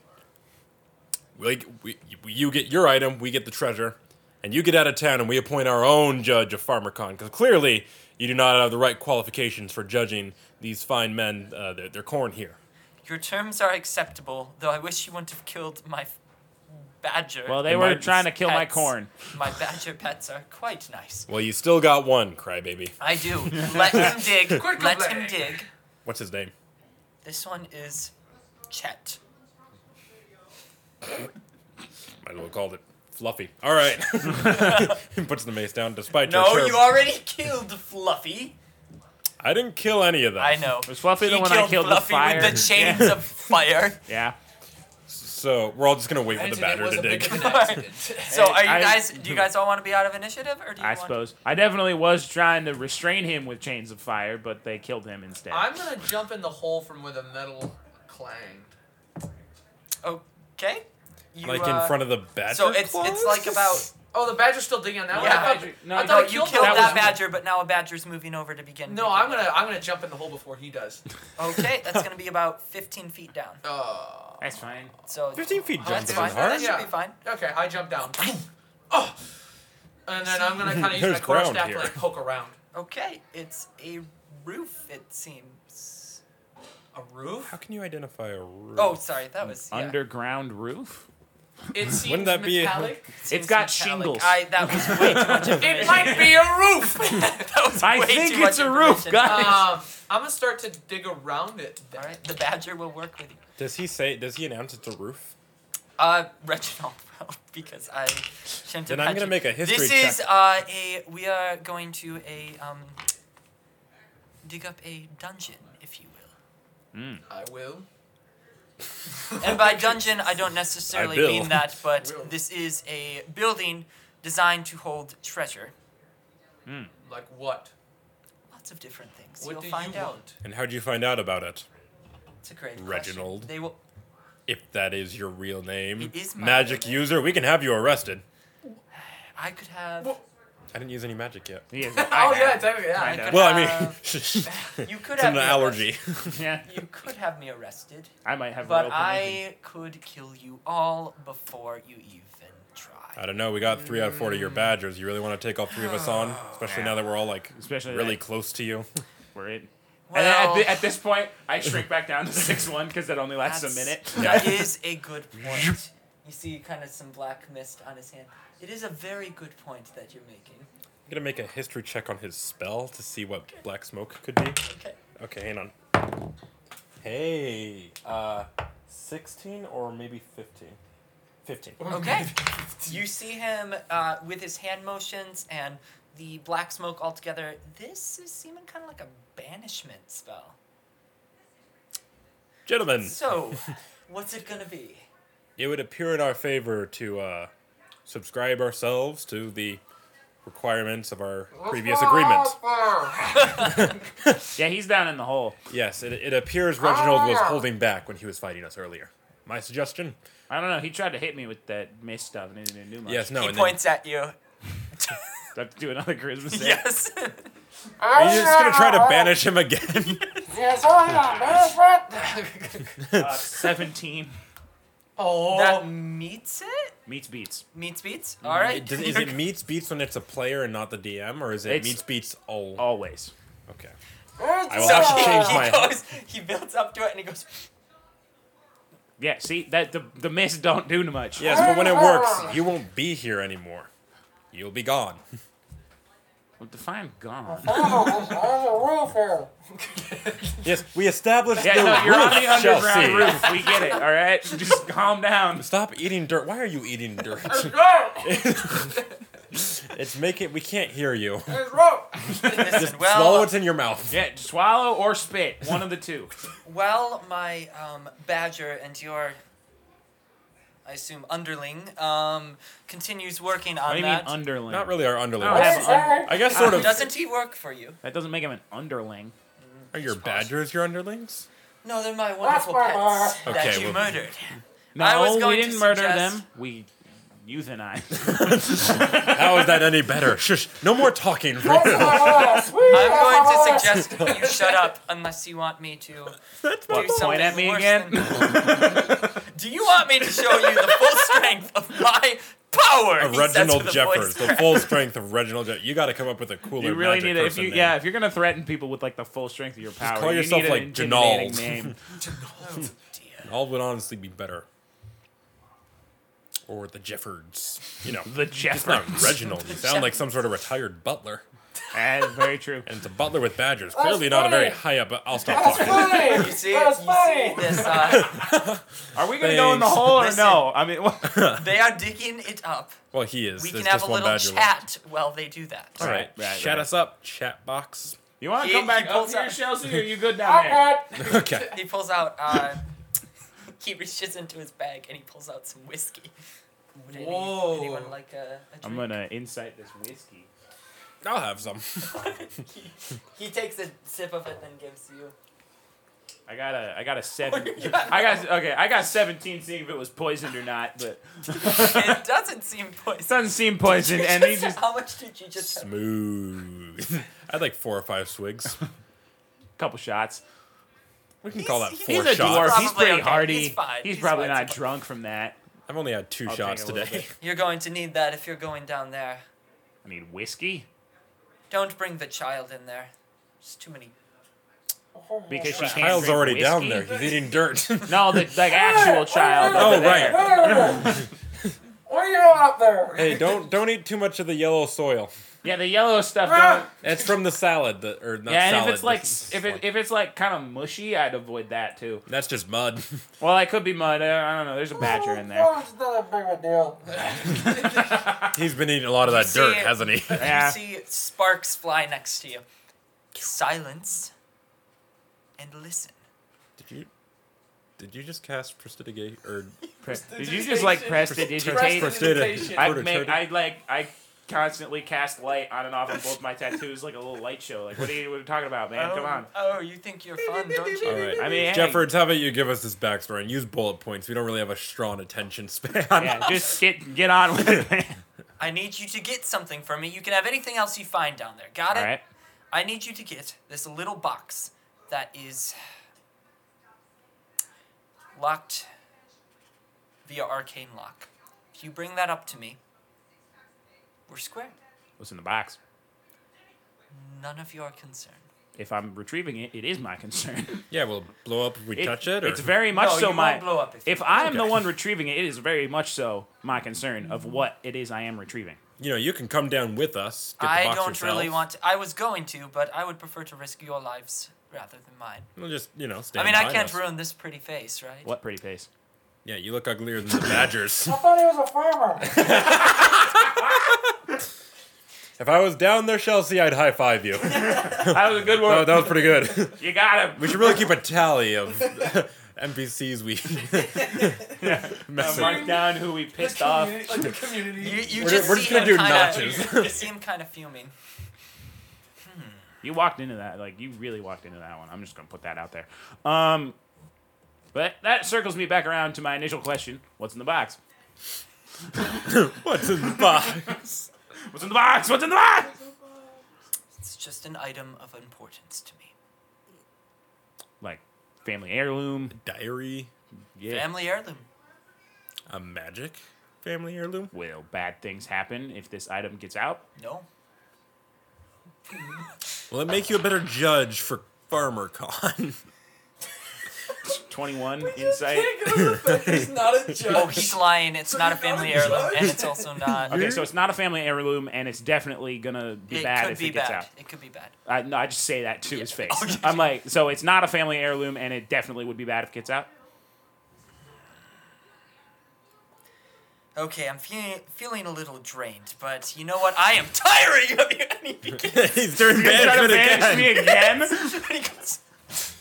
S4: like we, you get your item, we get the treasure, and you get out of town, and we appoint our own judge of FarmerCon because clearly you do not have the right qualifications for judging these fine men. Uh, their, their corn here.
S2: Your terms are acceptable, though I wish you wouldn't have killed my f- badger.
S1: Well, they
S4: The
S1: were
S4: mites.
S1: trying to kill my
S2: Pets.
S1: corn.
S2: My badger pets are quite nice.
S4: Well, you still got one, crybaby.
S2: I do. Let him dig.
S5: Quick
S2: Let
S5: play.
S2: him dig.
S4: What's his name?
S2: This one is Chet.
S4: Might as well called it Fluffy. All right. He Puts the mace down. Despite
S2: No,
S4: your term,
S2: you already killed Fluffy.
S4: I didn't kill any of them.
S2: I know.
S1: Was Fluffy the
S2: He
S1: one I killed with
S2: Fluffy
S1: fire?
S2: with the chains
S1: Yeah.
S2: of fire.
S1: Yeah.
S4: So we're all just gonna wait for
S5: And
S4: the
S5: it
S4: badger
S5: was
S4: to
S5: a big
S4: dig.
S5: of an accident.
S2: So are you
S1: I-
S2: guys? Do you guys all want to be out of initiative, or do you
S1: I
S2: want?
S1: suppose. I definitely was trying to restrain him with chains of fire, but they killed him instead.
S5: I'm gonna jump in the hole from where the metal clanged.
S2: Okay. You,
S4: like
S2: uh,
S4: in front of the badger.
S2: So it's it's
S4: claws?
S2: like about
S5: Oh, the badger's still digging on that
S2: Yeah.
S5: one. I thought,
S1: No,
S5: I
S2: no,
S5: thought I
S2: you
S5: the
S2: killed
S1: that
S5: one.
S2: that
S1: was-
S2: badger, but now a badger's moving over to begin.
S5: No, I'm gonna I'm gonna jump in the hole before he does.
S2: gonna. Okay, that's gonna be about 15 feet down.
S5: Oh.
S1: That's fine.
S2: So
S4: Fifteen feet jump
S2: that's
S4: isn't
S2: fine.
S4: hard.
S2: That should
S5: Yeah.
S2: be fine.
S5: Okay, I jump down. oh. And then I'm gonna kind of use my
S4: There's
S5: quarter
S4: ground
S5: staff to
S4: here.
S5: like poke around.
S2: Okay, it's a roof. It seems.
S5: A roof?
S4: How can you identify a roof?
S2: Oh, sorry, that was yeah.
S1: Underground roof?
S5: It seems
S4: Wouldn't that be a-
S5: metallic.
S2: Seems
S1: got
S2: metallic.
S1: shingles.
S2: I that was way too much.
S5: it might be a roof.
S2: that was
S1: I
S2: way
S1: think
S2: too
S1: it's
S2: much
S1: a roof,
S2: information.
S1: guys.
S5: um, I'm gonna start to dig around it.
S2: All
S5: Then.
S2: right, the badger will work with you.
S4: Does he say? Does he announce it's a roof?
S2: Uh, Reginald, well, because I shouldn't
S4: Then
S2: have
S4: I'm
S2: had
S4: gonna
S2: you.
S4: make a history
S2: This
S4: check.
S2: is uh a we are going to a um dig up a dungeon, if you will.
S5: I will.
S2: And by dungeon, I don't necessarily
S4: will.
S2: mean that, but
S5: Will.
S2: this is a building designed to hold treasure.
S5: Like what?
S2: Lots of different things.
S5: What
S2: You'll
S5: do
S2: find
S5: you
S2: out.
S5: want?
S4: And how'd you find out about it?
S2: It's a great question.
S4: Reginald.
S2: They will.
S4: If that is your real name,
S2: It is my
S4: magic
S2: real name.
S4: user, we can have you arrested.
S2: I could have.
S4: I didn't use any magic yet.
S1: He is
S5: Oh yeah, technically, yeah.
S2: I
S1: know.
S2: could
S4: Well, I
S2: have-
S4: mean, it's
S2: you could have
S4: an
S2: me
S4: allergy.
S1: yeah.
S2: arrested. You could have me arrested.
S1: I might have a
S2: But
S1: real condition.
S2: I could kill you all before you even
S4: I
S2: try.
S4: don't know. We got three out of four of
S2: Mm.
S4: your badgers. You really want to take all three of us on,
S2: Oh,
S4: especially now that we're all like
S1: Especially
S4: really
S1: that-
S4: close to you.
S1: We're in. and then at,
S2: Well,
S1: thi- at this point, I shrink back down to 6 1 because that only lasts a
S2: that's-
S1: minute.
S2: That is a good point. You see kind of some black mist on his hand. It is a very good point that you're making.
S4: I'm gonna make a history check on his spell to see what black smoke could be.
S2: Okay.
S4: Okay, hang on. Hey, uh, 16 or maybe 15? 15.
S2: Okay. You see him uh, with his hand motions and the black smoke altogether. This is seeming kind of like a banishment spell.
S4: Gentlemen,
S2: So, what's it gonna be?
S4: it would appear in our favor to uh, subscribe ourselves to the requirements of our previous agreement.
S1: yeah, he's down in the hole.
S4: Yes, it, it appears Reginald was holding back when he was fighting us earlier. My suggestion?
S1: I don't know. He tried to hit me with that mist stuff and he didn't do much.
S4: Yes, no.
S2: he
S4: and then-
S2: points at you.
S1: Do I have to do another Christmas save?
S2: yes.
S4: Are you just gonna try to banish him again?
S1: Uh, 17.
S5: Oh.
S1: Uh,
S2: That meets it?
S1: Meets beats.
S2: Meets beats. All right.
S4: Does- is Mm, it meets beats when it's a player and not the DM, or is it
S1: It's- Oh.
S4: meets beats all?
S1: Always.
S4: Okay.
S2: I
S4: will Oh, have to change
S2: he
S4: my-
S2: Goes, he builds up to it and he goes.
S1: Yeah. See that the the miss don't do much.
S4: Yes, but when it works, you won't be here anymore. You'll be gone.
S1: Well, define gone.
S4: Yes, we established
S1: Yeah,
S4: the
S1: no, you're on
S4: roof
S1: the
S4: shall
S1: underground
S4: see.
S1: roof. We get it. All right. Just calm down.
S4: Stop eating dirt. Why are you eating dirt? it's making we can't hear you.
S2: Listen,
S4: Swallow
S2: well,
S4: what's in your mouth.
S1: Yeah, swallow or spit. One of the two.
S2: well, my um, badger and your, I assume underling, um, continues working on
S1: What do you mean
S2: that. Uh,
S1: underling?
S4: Not really our underling.
S1: I don't have Uh, an under-
S4: I guess sort of.
S2: Doesn't he work for you?
S1: that doesn't make him an underling.
S4: Are your badgers your underlings?
S2: No, they're my wonderful pets that
S4: Okay,
S2: you
S4: well-
S2: murdered.
S1: No,
S2: I was
S1: we
S2: going to
S1: didn't murder
S2: suggest-
S1: them. We euthanized.
S4: How is that any better? Shush! No more talking. That's
S2: I'm going to suggest you shut up unless you want me to do something
S1: Point at me
S2: worse
S1: again.
S2: than- do you want me to show you the full strength of my power? He says
S4: Reginald
S2: with a
S4: Jeffers,
S2: voice
S4: the
S2: crack.
S4: full strength of Reginald Jeffers. You got to come up with a cooler.
S1: you really
S4: magic
S1: need it. If
S4: person
S1: you
S4: name.
S1: yeah, if you're gonna threaten people with like the full strength of your power,
S4: call
S1: you
S4: yourself,
S1: need an
S4: like,
S1: intimidating
S4: Janald.
S1: name.
S4: all would honestly be better. Or the Jeffords. You know,
S1: The
S4: not
S1: Jefferson.
S4: Reginald. You sound like some sort of retired butler.
S1: That's very true.
S4: And it's a butler with badgers. Clearly not a very high up, but I'll stop talking.
S2: You see, you see this? Uh,
S1: Are we gonna go in the
S4: Thanks.
S1: hole or
S2: Listen.
S1: no? I mean, what?
S2: they are digging it up.
S4: Well, he is.
S2: We
S4: There's
S2: can have
S4: just
S2: a
S4: one
S2: little
S4: badger
S2: chat while they do that.
S4: All right,
S1: Right, right,
S4: chat
S1: right.
S4: us up, chat box.
S1: you want to
S2: He-
S1: come back Uh-uh. up
S2: he pulls
S1: here,
S2: out-
S1: Chelsea? Or are you good down there?
S4: Okay.
S2: He pulls out. Uh, he reaches into his bag and he pulls out some whiskey. Would any-
S5: Whoa.
S2: anyone like a, a drink?
S1: I'm gonna incite this whiskey.
S4: I'll have some.
S2: He takes a sip of it and gives you.
S1: I got a, I got a seven.
S2: you got
S1: I got okay. I got 17, seeing if it was poisoned or not, but
S2: It doesn't seem
S1: it
S2: poison.
S1: doesn't seem poisoned. And he just
S2: How much did you just? have?
S4: Smooth. I'd like four or five swigs.
S1: couple shots.
S4: We can call that
S2: He's-
S4: four
S1: He's a
S4: shots.
S1: dwarf. He's
S2: Probably
S1: pretty
S2: okay.
S1: hardy.
S2: He's fine. He's
S1: probably
S2: fine.
S1: not drunk from that.
S4: I've only had 2
S1: I'll take
S4: shots
S1: a little
S4: today.
S1: bit.
S2: You're going to need that if you're going down there.
S1: I mean, whiskey
S2: Don't bring the child in there. It's too many.
S1: because she can't
S4: Kyle's
S1: drink
S4: already
S1: whiskey?
S4: down there. He's eating dirt.
S1: No, the like actual child.
S4: Oh,
S1: over there.
S4: right.
S6: What are you out there?
S4: hey, don't don't eat too much of the yellow soil.
S1: Yeah, the yellow stuff.
S2: Ah.
S1: Don't,
S4: It's from the salad, the, or not
S1: yeah, and
S4: salad.
S1: if it's like
S4: this
S1: s-
S4: is
S1: if it, if it's like kind of mushy, I'd avoid that too.
S4: that's just mud.
S1: Well, it could be mud. I I don't know. There's a badger in
S2: Oh,
S1: there.
S6: it's not that big a deal.
S4: He's been eating a lot of that
S2: see
S4: dirt,
S2: it.
S4: hasn't he?
S1: Yeah.
S2: You see sparks fly next to you. Silence. And listen.
S4: Did you did you just cast prestidigate or
S1: Pre- Did you just like press the digitate?
S5: Prestidigitation.
S1: I make I like I constantly cast light on and off on both my tattoos like a little light show. Like what are you, what are you talking about, man? Come on.
S2: Oh, you think you're fun, don't you?
S4: All right.
S1: I mean, hey.
S4: Jeffords, how about you give us this backstory and use bullet points? We don't really have a strong attention span.
S1: Yeah, just get get on with it. man.
S2: I need you to get something for me. You can have anything else you find down there. Got it?
S1: All right.
S2: I need you to get this little box that is locked via arcane lock. If you bring that up to me, we're square.
S1: What's in the box?
S2: None of your concern.
S1: If I'm retrieving it, it is my concern.
S4: Yeah, we'll blow up if we
S1: It-
S4: touch it. Or...
S1: It's very much
S2: No,
S1: so
S2: you
S1: my.
S2: won't blow up if
S1: if
S2: you-
S1: I am the
S4: Okay.
S1: one retrieving it, it is very much so my concern of what it is I am retrieving.
S4: you know you can come down with us. Get the
S2: I
S4: box
S2: don't really
S4: yourself.
S2: want to. I was going to, but I would prefer to risk your lives rather than mine.
S4: We'll just you know.
S2: I
S4: Stand
S2: mean, I
S4: behind
S2: can't
S4: us.
S2: ruin this pretty face, right?
S1: What pretty face?
S4: Yeah, you look uglier than the Badgers.
S6: I thought he was a farmer.
S4: if I was down there, Chelsea, I'd high five you. that,
S1: That was a good one.
S4: Oh, that was pretty good.
S1: You got him.
S4: we should really keep a tally of NPCs we mess with.
S1: Mark down who we pissed off.
S5: Community- like the community.
S2: You, you
S4: We're
S2: just
S4: ju- we're
S2: see
S4: just gonna
S2: him
S4: do
S2: kinda,
S4: notches.
S2: You see him kind of fuming.
S1: You walked into that. Like, you really walked into that one. I'm just going to put that out there. Um, but that circles me back around to my initial question What's in the box?
S4: What's in the box?
S1: What's in the box? What's in the box?
S2: It's just an item of importance to me.
S1: Like, family heirloom.
S4: Diary,
S1: Yeah.
S2: Family heirloom.
S4: a magic family heirloom?
S1: Will bad things happen if this item gets out?
S2: No.
S4: Will it make you a better judge for FarmerCon?
S1: 21 insight.
S5: He's not a judge.
S2: Oh, he's lying. It's not a
S5: you're not
S2: family
S5: a
S2: heirloom,
S5: judge?
S2: and it's also not.
S1: Okay, so it's not a family heirloom, and it's definitely gonna be
S2: It
S1: bad
S2: could
S1: if
S2: be
S1: it gets
S2: bad.
S1: out.
S2: It could be bad.
S1: I, no, I just say that to his face. I'm like, so it's not a family heirloom, and it definitely would be bad if it gets out.
S2: Okay, I'm feeling feeling a little drained, but you know what? I am tiring of you. And he begins-
S4: He's doing
S1: You're trying to
S4: bad
S1: banish me
S4: again.
S1: again?
S2: and he goes,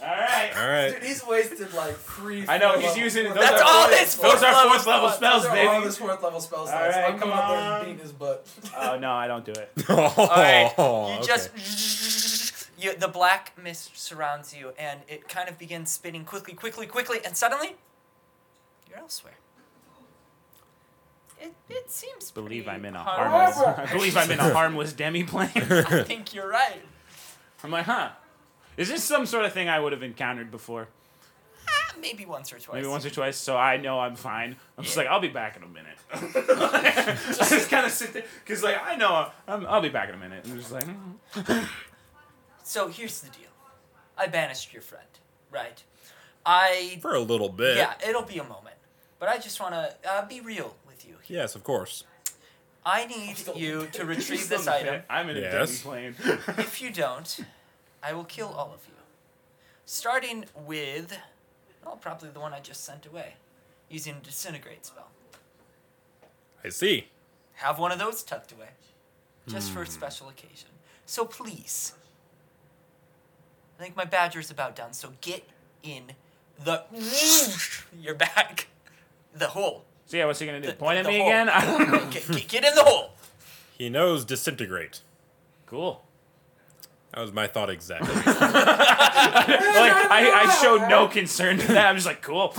S1: All right.
S4: All right.
S5: Dude, he's wasted like three.
S1: I know,
S5: fourth
S1: he's
S5: level-
S1: using-
S5: fourth-
S1: those
S2: That's
S1: are
S2: all
S1: fourth-
S2: his
S1: Those are
S2: level
S1: fourth level spells,
S5: Those are all
S1: baby.
S5: his fourth level spells.
S1: All
S5: slots.
S1: right,
S5: I'm coming up there
S1: come
S5: and
S1: on.
S5: beating his butt.
S1: Oh no, I don't do it.
S2: Alright,
S4: Oh,
S2: you
S4: okay.
S2: just you, the black mist surrounds you, and it kind of begins spinning quickly, quickly, quickly, and suddenly you're elsewhere. It, it seems.
S1: I believe
S2: pretty
S1: I'm in a
S2: harmless.
S1: harmless. I believe I'm in a harmless demi plane.
S2: I think you're right.
S1: I'm like, huh? Is this some sort of thing I would have encountered before?
S2: Ah, maybe once or twice.
S1: Maybe once or twice, so I know I'm fine. I'm just
S2: Yeah.
S1: like, I'll be back in a minute. I just kind of sit there, cause like I know I'm, I'll be back in a minute. I'm just like, mm.
S2: So here's the deal. I banished your friend, right? I
S4: For a little bit.
S2: yeah, it'll be a moment, but I just want to uh, be real with you. here.
S4: Yes, of course.
S2: I need you to retrieve this item.
S1: I'm in a demi
S4: Yes.
S1: plane.
S2: If you don't, I will kill all of you. Starting with, well, probably the one I just sent away, using a disintegrate spell.
S4: I see.
S2: Have one of those tucked away, just for a special occasion. So please, I think my badger's about done. So get in the. You're back. The hole.
S1: so yeah, what's he gonna do?
S2: The-
S1: Point at
S2: the
S1: me
S2: hole.
S1: again? I don't know.
S2: Get, get, get in the hole.
S4: He knows disintegrate.
S1: Cool.
S4: That was my thought exactly.
S1: Like I, I showed no concern to that. I'm just like, cool.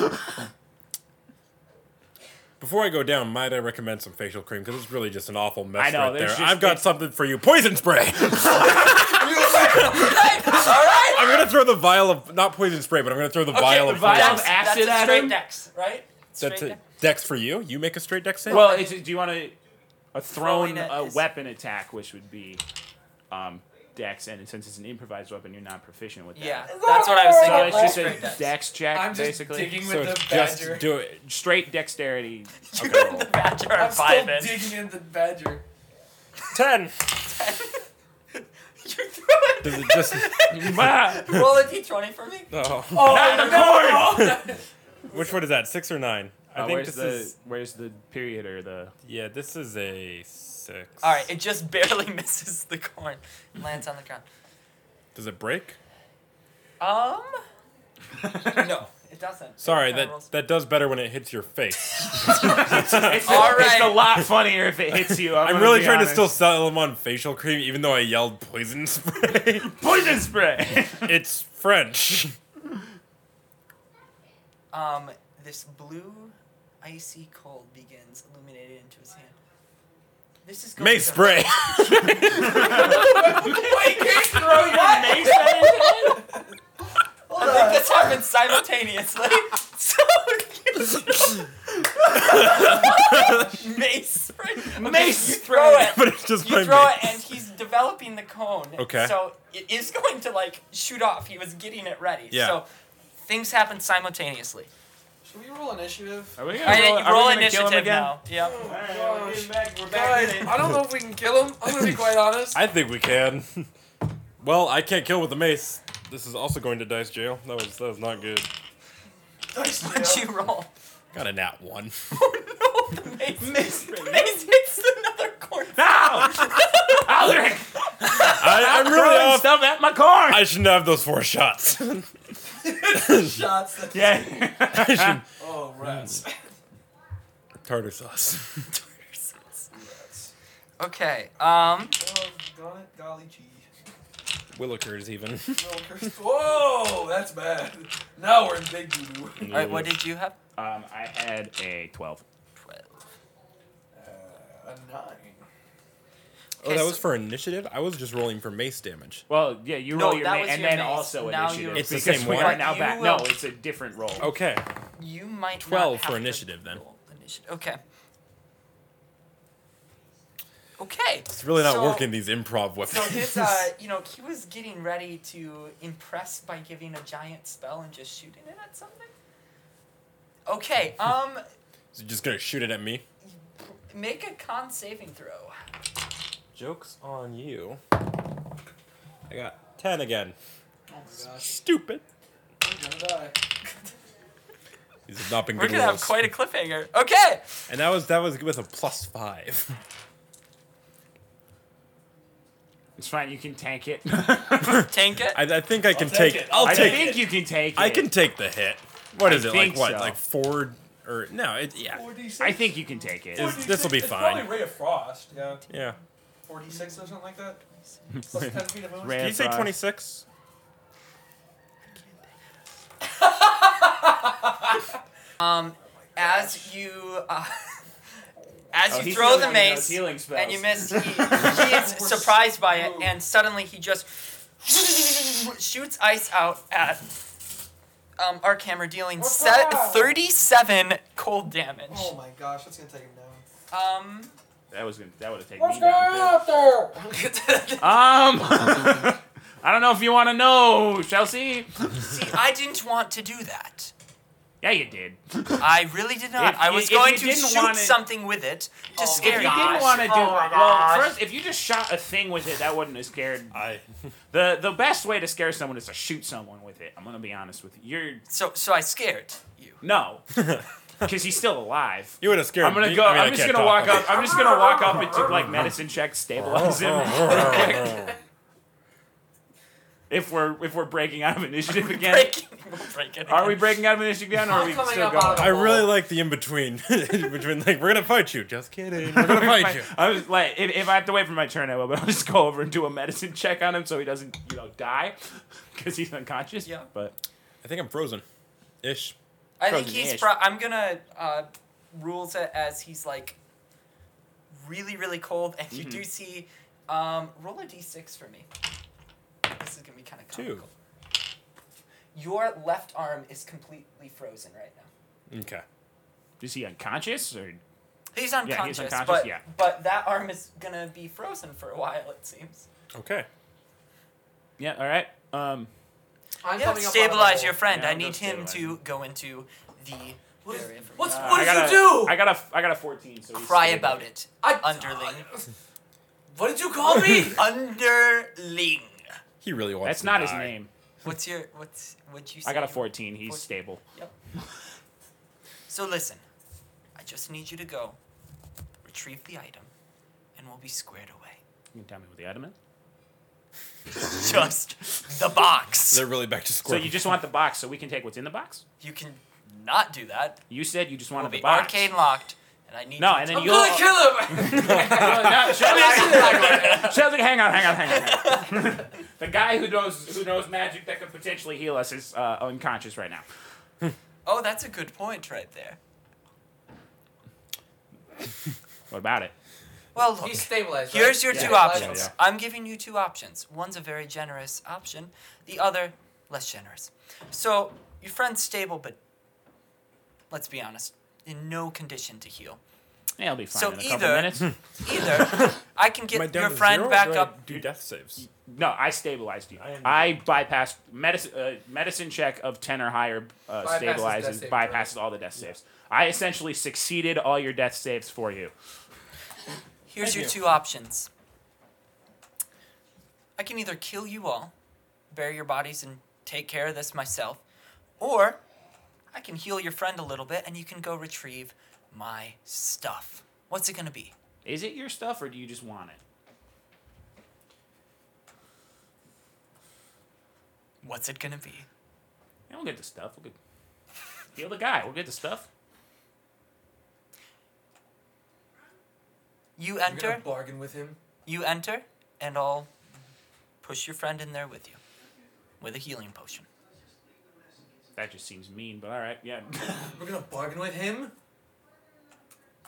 S4: Before I go down, might I recommend some facial cream? Because it's really just an awful mess
S1: I know,
S4: right there.
S1: there's just-
S4: I've got
S1: it's-
S4: something for you. Poison spray!
S2: Right? All right.
S4: I'm going to throw the vial of, not poison spray, but I'm going to throw the vial
S1: the
S4: of
S1: vial
S4: poison.
S1: of acid
S2: that's a
S1: at
S2: straight
S1: him?
S2: dex, right? Straight
S4: That's a
S2: dex.
S4: dex for you. You make a straight dex save?
S1: Well, it's, do you want a, a
S2: Throwing
S1: thrown
S2: it
S1: a
S2: is-
S1: weapon attack, which would be um, dex, and since it's an improvised weapon, you're not proficient with that.
S2: Yeah, that's what I was
S1: So it's just
S2: thinking. Straight
S1: a dex check,
S5: I'm just
S1: basically.
S5: digging with
S4: so it's
S5: the
S4: just
S5: badger.
S4: do it.
S1: Straight dexterity.
S2: You're
S1: Okay,
S2: in
S1: roll.
S2: the badger
S5: I'm
S2: at
S5: still
S2: five in.
S5: digging in the badger.
S4: Ten.
S2: You're throwing.
S4: Does it just?
S1: Ah,
S2: Roll a d20 for me.
S4: Oh.
S5: Oh,
S1: not the corn!
S4: Which one is that? Six or nine? I
S1: Uh,
S4: think
S1: where's
S4: this
S1: the
S4: is.
S1: where's the period or the
S4: Yeah, this is a six.
S2: All right, it just barely misses the corn, and lands on the ground.
S4: Does it break?
S2: Um, no, it doesn't.
S4: Sorry,
S2: It kinda
S4: that
S2: rolls.
S4: that does better when it hits your face.
S1: it's,
S2: All
S1: it's a
S2: right.
S1: lot funnier if it hits you. I'm,
S4: I'm
S1: gonna
S4: really
S1: be
S4: trying
S1: honest.
S4: to still sell them on facial cream, even though I yelled poison spray.
S1: poison spray.
S4: it's French.
S2: Um, this blue, icy cold begins illuminated into his hand. This is going
S4: Mace
S2: to-
S4: spray.
S2: Wait, you throw your mace at his head? Hold I think this happened simultaneously. so mace, right?
S1: Mace
S2: you throw it.
S4: but it's just
S2: You
S4: my
S2: throw
S4: mace.
S2: it, and he's developing the cone.
S4: Okay.
S2: So it is going to like shoot off. He was getting it ready.
S4: Yeah.
S2: So things happen simultaneously.
S5: Should we roll initiative?
S1: Are we
S2: All right,
S1: roll,
S2: you
S1: are we
S2: roll
S1: gonna kill him
S2: initiative
S1: again?
S2: now. Yep.
S5: Oh, Gosh.
S1: Back, we're
S5: Guys, I don't know if we can kill him. I'm gonna be quite honest.
S4: I think we can. well, I can't kill with a mace. This is also going to dice jail. That was that was not good.
S2: What'd you roll?
S4: Got a nat one.
S2: Oh no, the mace. Mace, mace hits another corn.
S1: Alric,
S4: I, I'm really
S1: throwing
S4: off.
S1: stuff at my corn.
S4: I shouldn't have those four shots.
S5: Shots. That,
S1: yeah.
S2: Ah.
S1: Mm.
S4: I should.
S5: Oh, rats.
S4: Tartar sauce.
S2: Okay. Um.
S5: oh, darn it, golly gee.
S4: Willow curds even.
S5: Little curse- Whoa, that's bad. Now we're in big doo doo.
S2: All right. What did you have?
S1: Um, I had a twelve.
S2: Twelve.
S5: A nine.
S4: Oh, that was for initiative. I was just rolling for mace damage.
S1: Well, yeah, you
S2: No,
S1: roll your
S2: that
S1: name
S2: was
S1: and
S2: your
S1: then
S2: mace.
S1: also
S2: Now
S1: initiative.
S2: you're-
S4: It's the
S1: because
S4: same
S1: we
S4: one.
S1: are now
S2: You
S1: back.
S2: will-
S1: No,
S4: Oh.
S1: it's a different roll.
S4: Okay.
S2: You might. not
S4: 12
S2: have
S4: for
S2: to
S4: initiative, then.
S2: roll Initiative. Okay. Okay.
S4: It's really not
S2: So-
S4: working these improv weapons.
S2: So his, uh, you know, he was getting ready to impress by giving a giant spell and just shooting it at something. Okay, um,
S4: Is he just gonna shoot it at me?
S2: make a con saving throw.
S4: Jokes on you. I got ten again.
S5: Oh my gosh.
S4: Stupid.
S5: I'm gonna die.
S4: These have not been
S2: We're
S4: good
S2: gonna have
S4: rolls.
S2: quite a cliffhanger. Okay,
S4: And that was that was with a plus five.
S1: It's fine. You can take it.
S2: tank it.
S4: I, I think I can
S5: take
S4: take.
S5: it.
S4: I'll
S1: I
S4: take.
S1: think you can take it.
S4: I can take the hit. What
S1: I
S4: is it
S1: think
S4: like? What
S1: so.
S4: like four or no? It, yeah,
S5: 46?
S1: I think you can take it.
S4: Is- this'll be
S5: it's
S4: fine.
S5: Probably Ray of Frost, yeah.
S4: yeah.
S5: 46 or something like that. Plus 10 feet of
S1: Ray
S5: movement.
S4: Did you say
S1: Frost.
S4: twenty six?
S2: Um, as you, uh, as
S1: Oh,
S2: you
S1: he's
S2: throw
S1: the
S2: the
S1: one who knows
S2: mace
S1: healing spells.
S2: and you miss, he, he is surprised by it, and suddenly he just shoots ice out at um, our camera, dealing se- thirty-seven cold damage.
S5: Oh my gosh, that's gonna take him down.
S2: Um,
S1: That was gonna. That would have taken
S6: What's
S1: me
S6: going
S1: down.
S6: on out there?
S1: too. Um, I don't know if you want to know, Chelsea.
S2: see, I didn't want to do that.
S1: Yeah, you did.
S2: I really did not.
S1: If
S2: I
S1: you-
S2: was
S1: if you
S2: going to
S1: didn't
S2: shoot
S1: wanna-
S2: something with it to
S5: Oh my
S1: If
S2: scare
S1: you
S2: you.
S1: didn't want to do
S2: Oh my
S1: well,
S2: gosh.
S1: first, if you just shot a thing with it, that wouldn't have scared. uh,
S4: I.
S1: the The best way to scare someone is to shoot someone with it. I'm gonna be honest with you. You're
S2: So, so I scared you.
S1: no, because he's still alive.
S4: You would have scared.
S1: I'm gonna
S4: me.
S1: go.
S4: I mean,
S1: I
S4: I
S1: am just
S4: can't
S1: gonna
S4: talk,
S1: walk
S4: I
S1: up. I'm just gonna walk up and do like medicine check, stabilize
S4: Oh,
S1: him.
S4: mean-
S1: If we're if we're breaking out of initiative again,
S2: Breaking, we'll break it.
S1: are we
S2: again.
S1: breaking out of initiative again, or are we
S5: Not coming
S1: still
S5: up
S1: going?
S5: out of-
S4: I really like the in between. between like we're gonna fight you. Just kidding. We're gonna
S1: My-
S4: fight you.
S1: I was like, if, if I have to wait for my turn, I will. But I'll just go over and do a medicine check on him so he doesn't, you know, die because he's unconscious.
S2: Yeah.
S1: But
S4: I think I'm frozen, ish.
S2: I think
S1: Frozen
S2: he's.
S1: ish.
S2: Pro- I'm gonna uh, rules it as he's like really, really cold, and you do see. Um, roll a d6 for me. This is gonna be kind of
S4: Two.
S2: comical. Your left arm is completely frozen right now.
S4: Okay.
S1: is he unconscious or?
S2: He's unconscious,
S1: unconscious,
S2: but
S1: yeah.
S2: but that arm is gonna be frozen for a while. It seems.
S4: Okay.
S1: Yeah. All right. Um.
S5: I'm
S2: Yeah,
S5: coming up
S2: stabilize
S5: out
S2: your
S5: of
S2: friend.
S1: Yeah,
S2: I
S1: I'll
S2: need
S1: go
S2: him
S1: stabilize
S2: to go into the.
S5: What is-
S2: area for me. Ah,
S5: what's-
S1: uh,
S5: what
S1: I
S5: did you
S1: got a-
S5: do?
S1: I got a. I got a 14. So he's
S2: Cry
S1: stable.
S2: about it,
S5: I-
S2: underling.
S5: What did you call me?
S2: underling.
S4: He really wants.
S1: That's
S4: to
S1: not his
S4: die.
S1: name.
S2: What's your what's what you? Say?
S1: I got a 14. He's
S2: Four-
S1: stable.
S2: So listen, I just need you to go, retrieve the item, and we'll be squared away.
S1: You can tell me what the item is.
S2: Just the box.
S4: They're really back to
S1: So
S4: square.
S1: you just want the box, so we can take what's in the box.
S2: You can not do that.
S1: You said you just wanted
S2: We'll be
S1: the box.
S2: arcane locked, and I need.
S1: No,
S2: you
S1: and
S2: to-
S1: then
S5: I'm
S1: you'll.
S5: gonna kill him!
S1: No, no,
S5: Let
S1: Sheldon, Sheldon, hang on, hang on, hang on. Hang on. the guy who knows who knows magic that could potentially heal us is uh, unconscious right now.
S2: Oh, that's a good point right there.
S1: What about it?
S2: Well, look,
S5: He's stabilized. right?
S2: here's your
S5: Yeah.
S2: two
S5: Yeah,
S2: options.
S5: yeah.
S2: I'm giving you two options. One's a very generous option. The other, less generous. So your friend's stable, but let's be honest, in no condition to heal.
S1: Yeah, it'll be fine
S2: So
S1: in a couple
S2: either-
S1: minutes.
S2: Either I can
S4: Am I
S2: get
S4: down
S2: your
S4: to
S2: friend
S4: zero, or
S2: back
S4: do I
S2: up.
S4: Do death saves.
S1: No, I stabilized you.
S4: I am-
S1: I, bypassed medicine uh, medicine check of ten or higher uh,
S5: Bypasses death
S1: stabilizes
S5: save
S1: bypasses all the death saves. I essentially succeeded all your death saves for you.
S2: Here's
S4: Thank
S2: your
S4: you.
S2: two options. I can either kill you all, bury your bodies, and take care of this myself, or I can heal your friend a little bit and you can go retrieve my stuff. What's it gonna be?
S1: Is it your stuff or do you just want it?
S2: What's it gonna be?
S1: Yeah, we'll get the stuff. We'll get heal the guy. We'll get the stuff.
S2: You
S5: You're gonna
S2: enter,
S5: bargain with him.
S2: you enter, and I'll push your friend in there with you with a healing potion.
S1: That just seems mean, but all right, yeah.
S5: We're gonna bargain with him?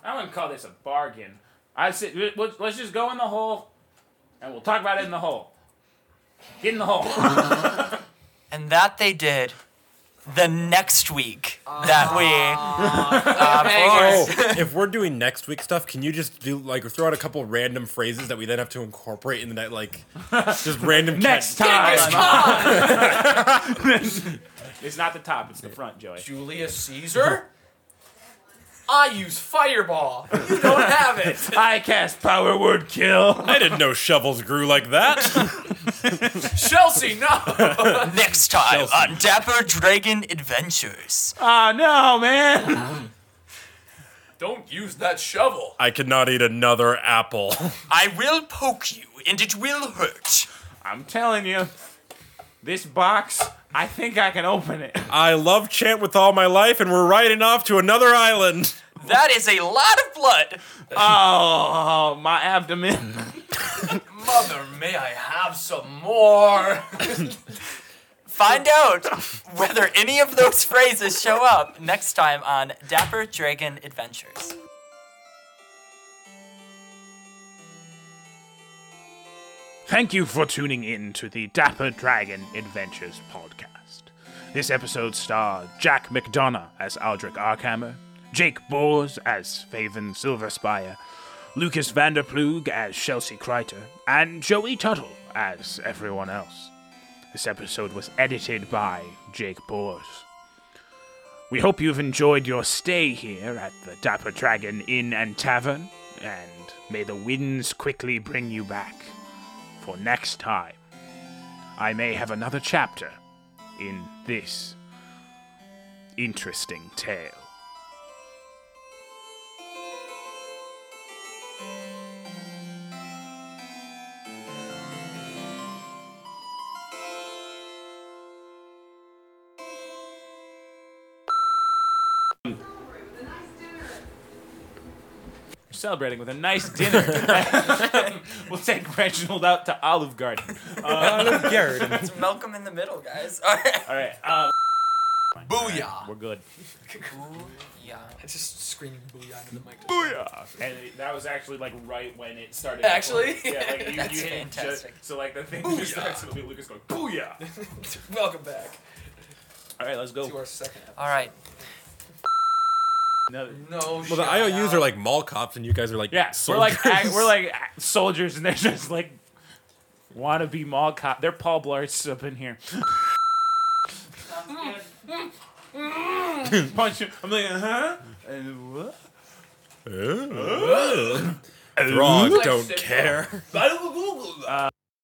S1: I wouldn't call this a bargain. I said, let- let's let's just go in the hole, and we'll talk about it in the hole. Get in the hole.
S2: And that they did. the next week that we. uh,
S4: Oh,
S5: Bangers.
S4: if we're doing next week stuff, can you just do like throw out a couple random phrases that we then have to incorporate in the night, like just random
S1: Next
S4: cat-
S1: time.
S5: Come on.
S3: It's not the top, it's the front, Joey.
S5: Julius Caesar. I use fireball. You don't have it.
S1: I cast power word kill.
S4: I didn't know shovels grew like that.
S5: Chelsea, no.
S2: Next time
S4: Chelsea.
S2: on Dapper Dragon Adventures.
S1: Ah no, man.
S5: Don't use that shovel.
S4: I cannot eat another apple.
S2: I will poke you, and it will hurt.
S1: I'm telling you, this box. I think I can open it.
S4: I love chant with all my life, and we're riding off to another island.
S2: That is a lot of blood.
S1: Oh, my abdomen.
S5: Mother, may I have some more?
S2: Find out whether any of those phrases show up next time on Dapper Dragon Adventures.
S1: Thank you for tuning in to the Dapper Dragon Adventures podcast. This episode starred Jack McDonough as Aldrich Arkhammer, Jake Bors as Faven Silverspire, Lucas Vanderplug as Chelsea Kreiter, and Joey Tuttle as everyone else. This episode was edited by Jake Bors. We hope you've enjoyed your stay here at the Dapper Dragon Inn and Tavern, and may the winds quickly bring you back for next time. I may have another chapter in this interesting tale.
S3: We're celebrating with a nice dinner. we'll take Reginald out to Olive Garden.
S2: It's Malcolm in the middle, guys. All right.
S3: All right. Uh,
S5: Booyah.
S3: we're good.
S2: Yeah.
S5: It's just screaming booyah into the mic.
S3: And it- that was actually like right when it started.
S5: Actually?
S3: yeah, like you,
S2: That's
S3: you hit it just,
S2: fantastic.
S3: so like the thing just
S5: Booyah.
S3: starts with Lucas going booyah.
S5: Welcome back
S3: All right, let's
S5: to
S3: go.
S5: our second
S2: All right.
S3: Another.
S5: episode. No
S4: Well, the IOUs are like mall cops, and you guys are like
S3: Yeah, we're like ac- we're like ac- soldiers, and they're just like wannabe mall cop. They're Paul Blarts up in here. Punch him. I'm like, uh huh. And what?
S4: Wrong, don't care.
S5: like.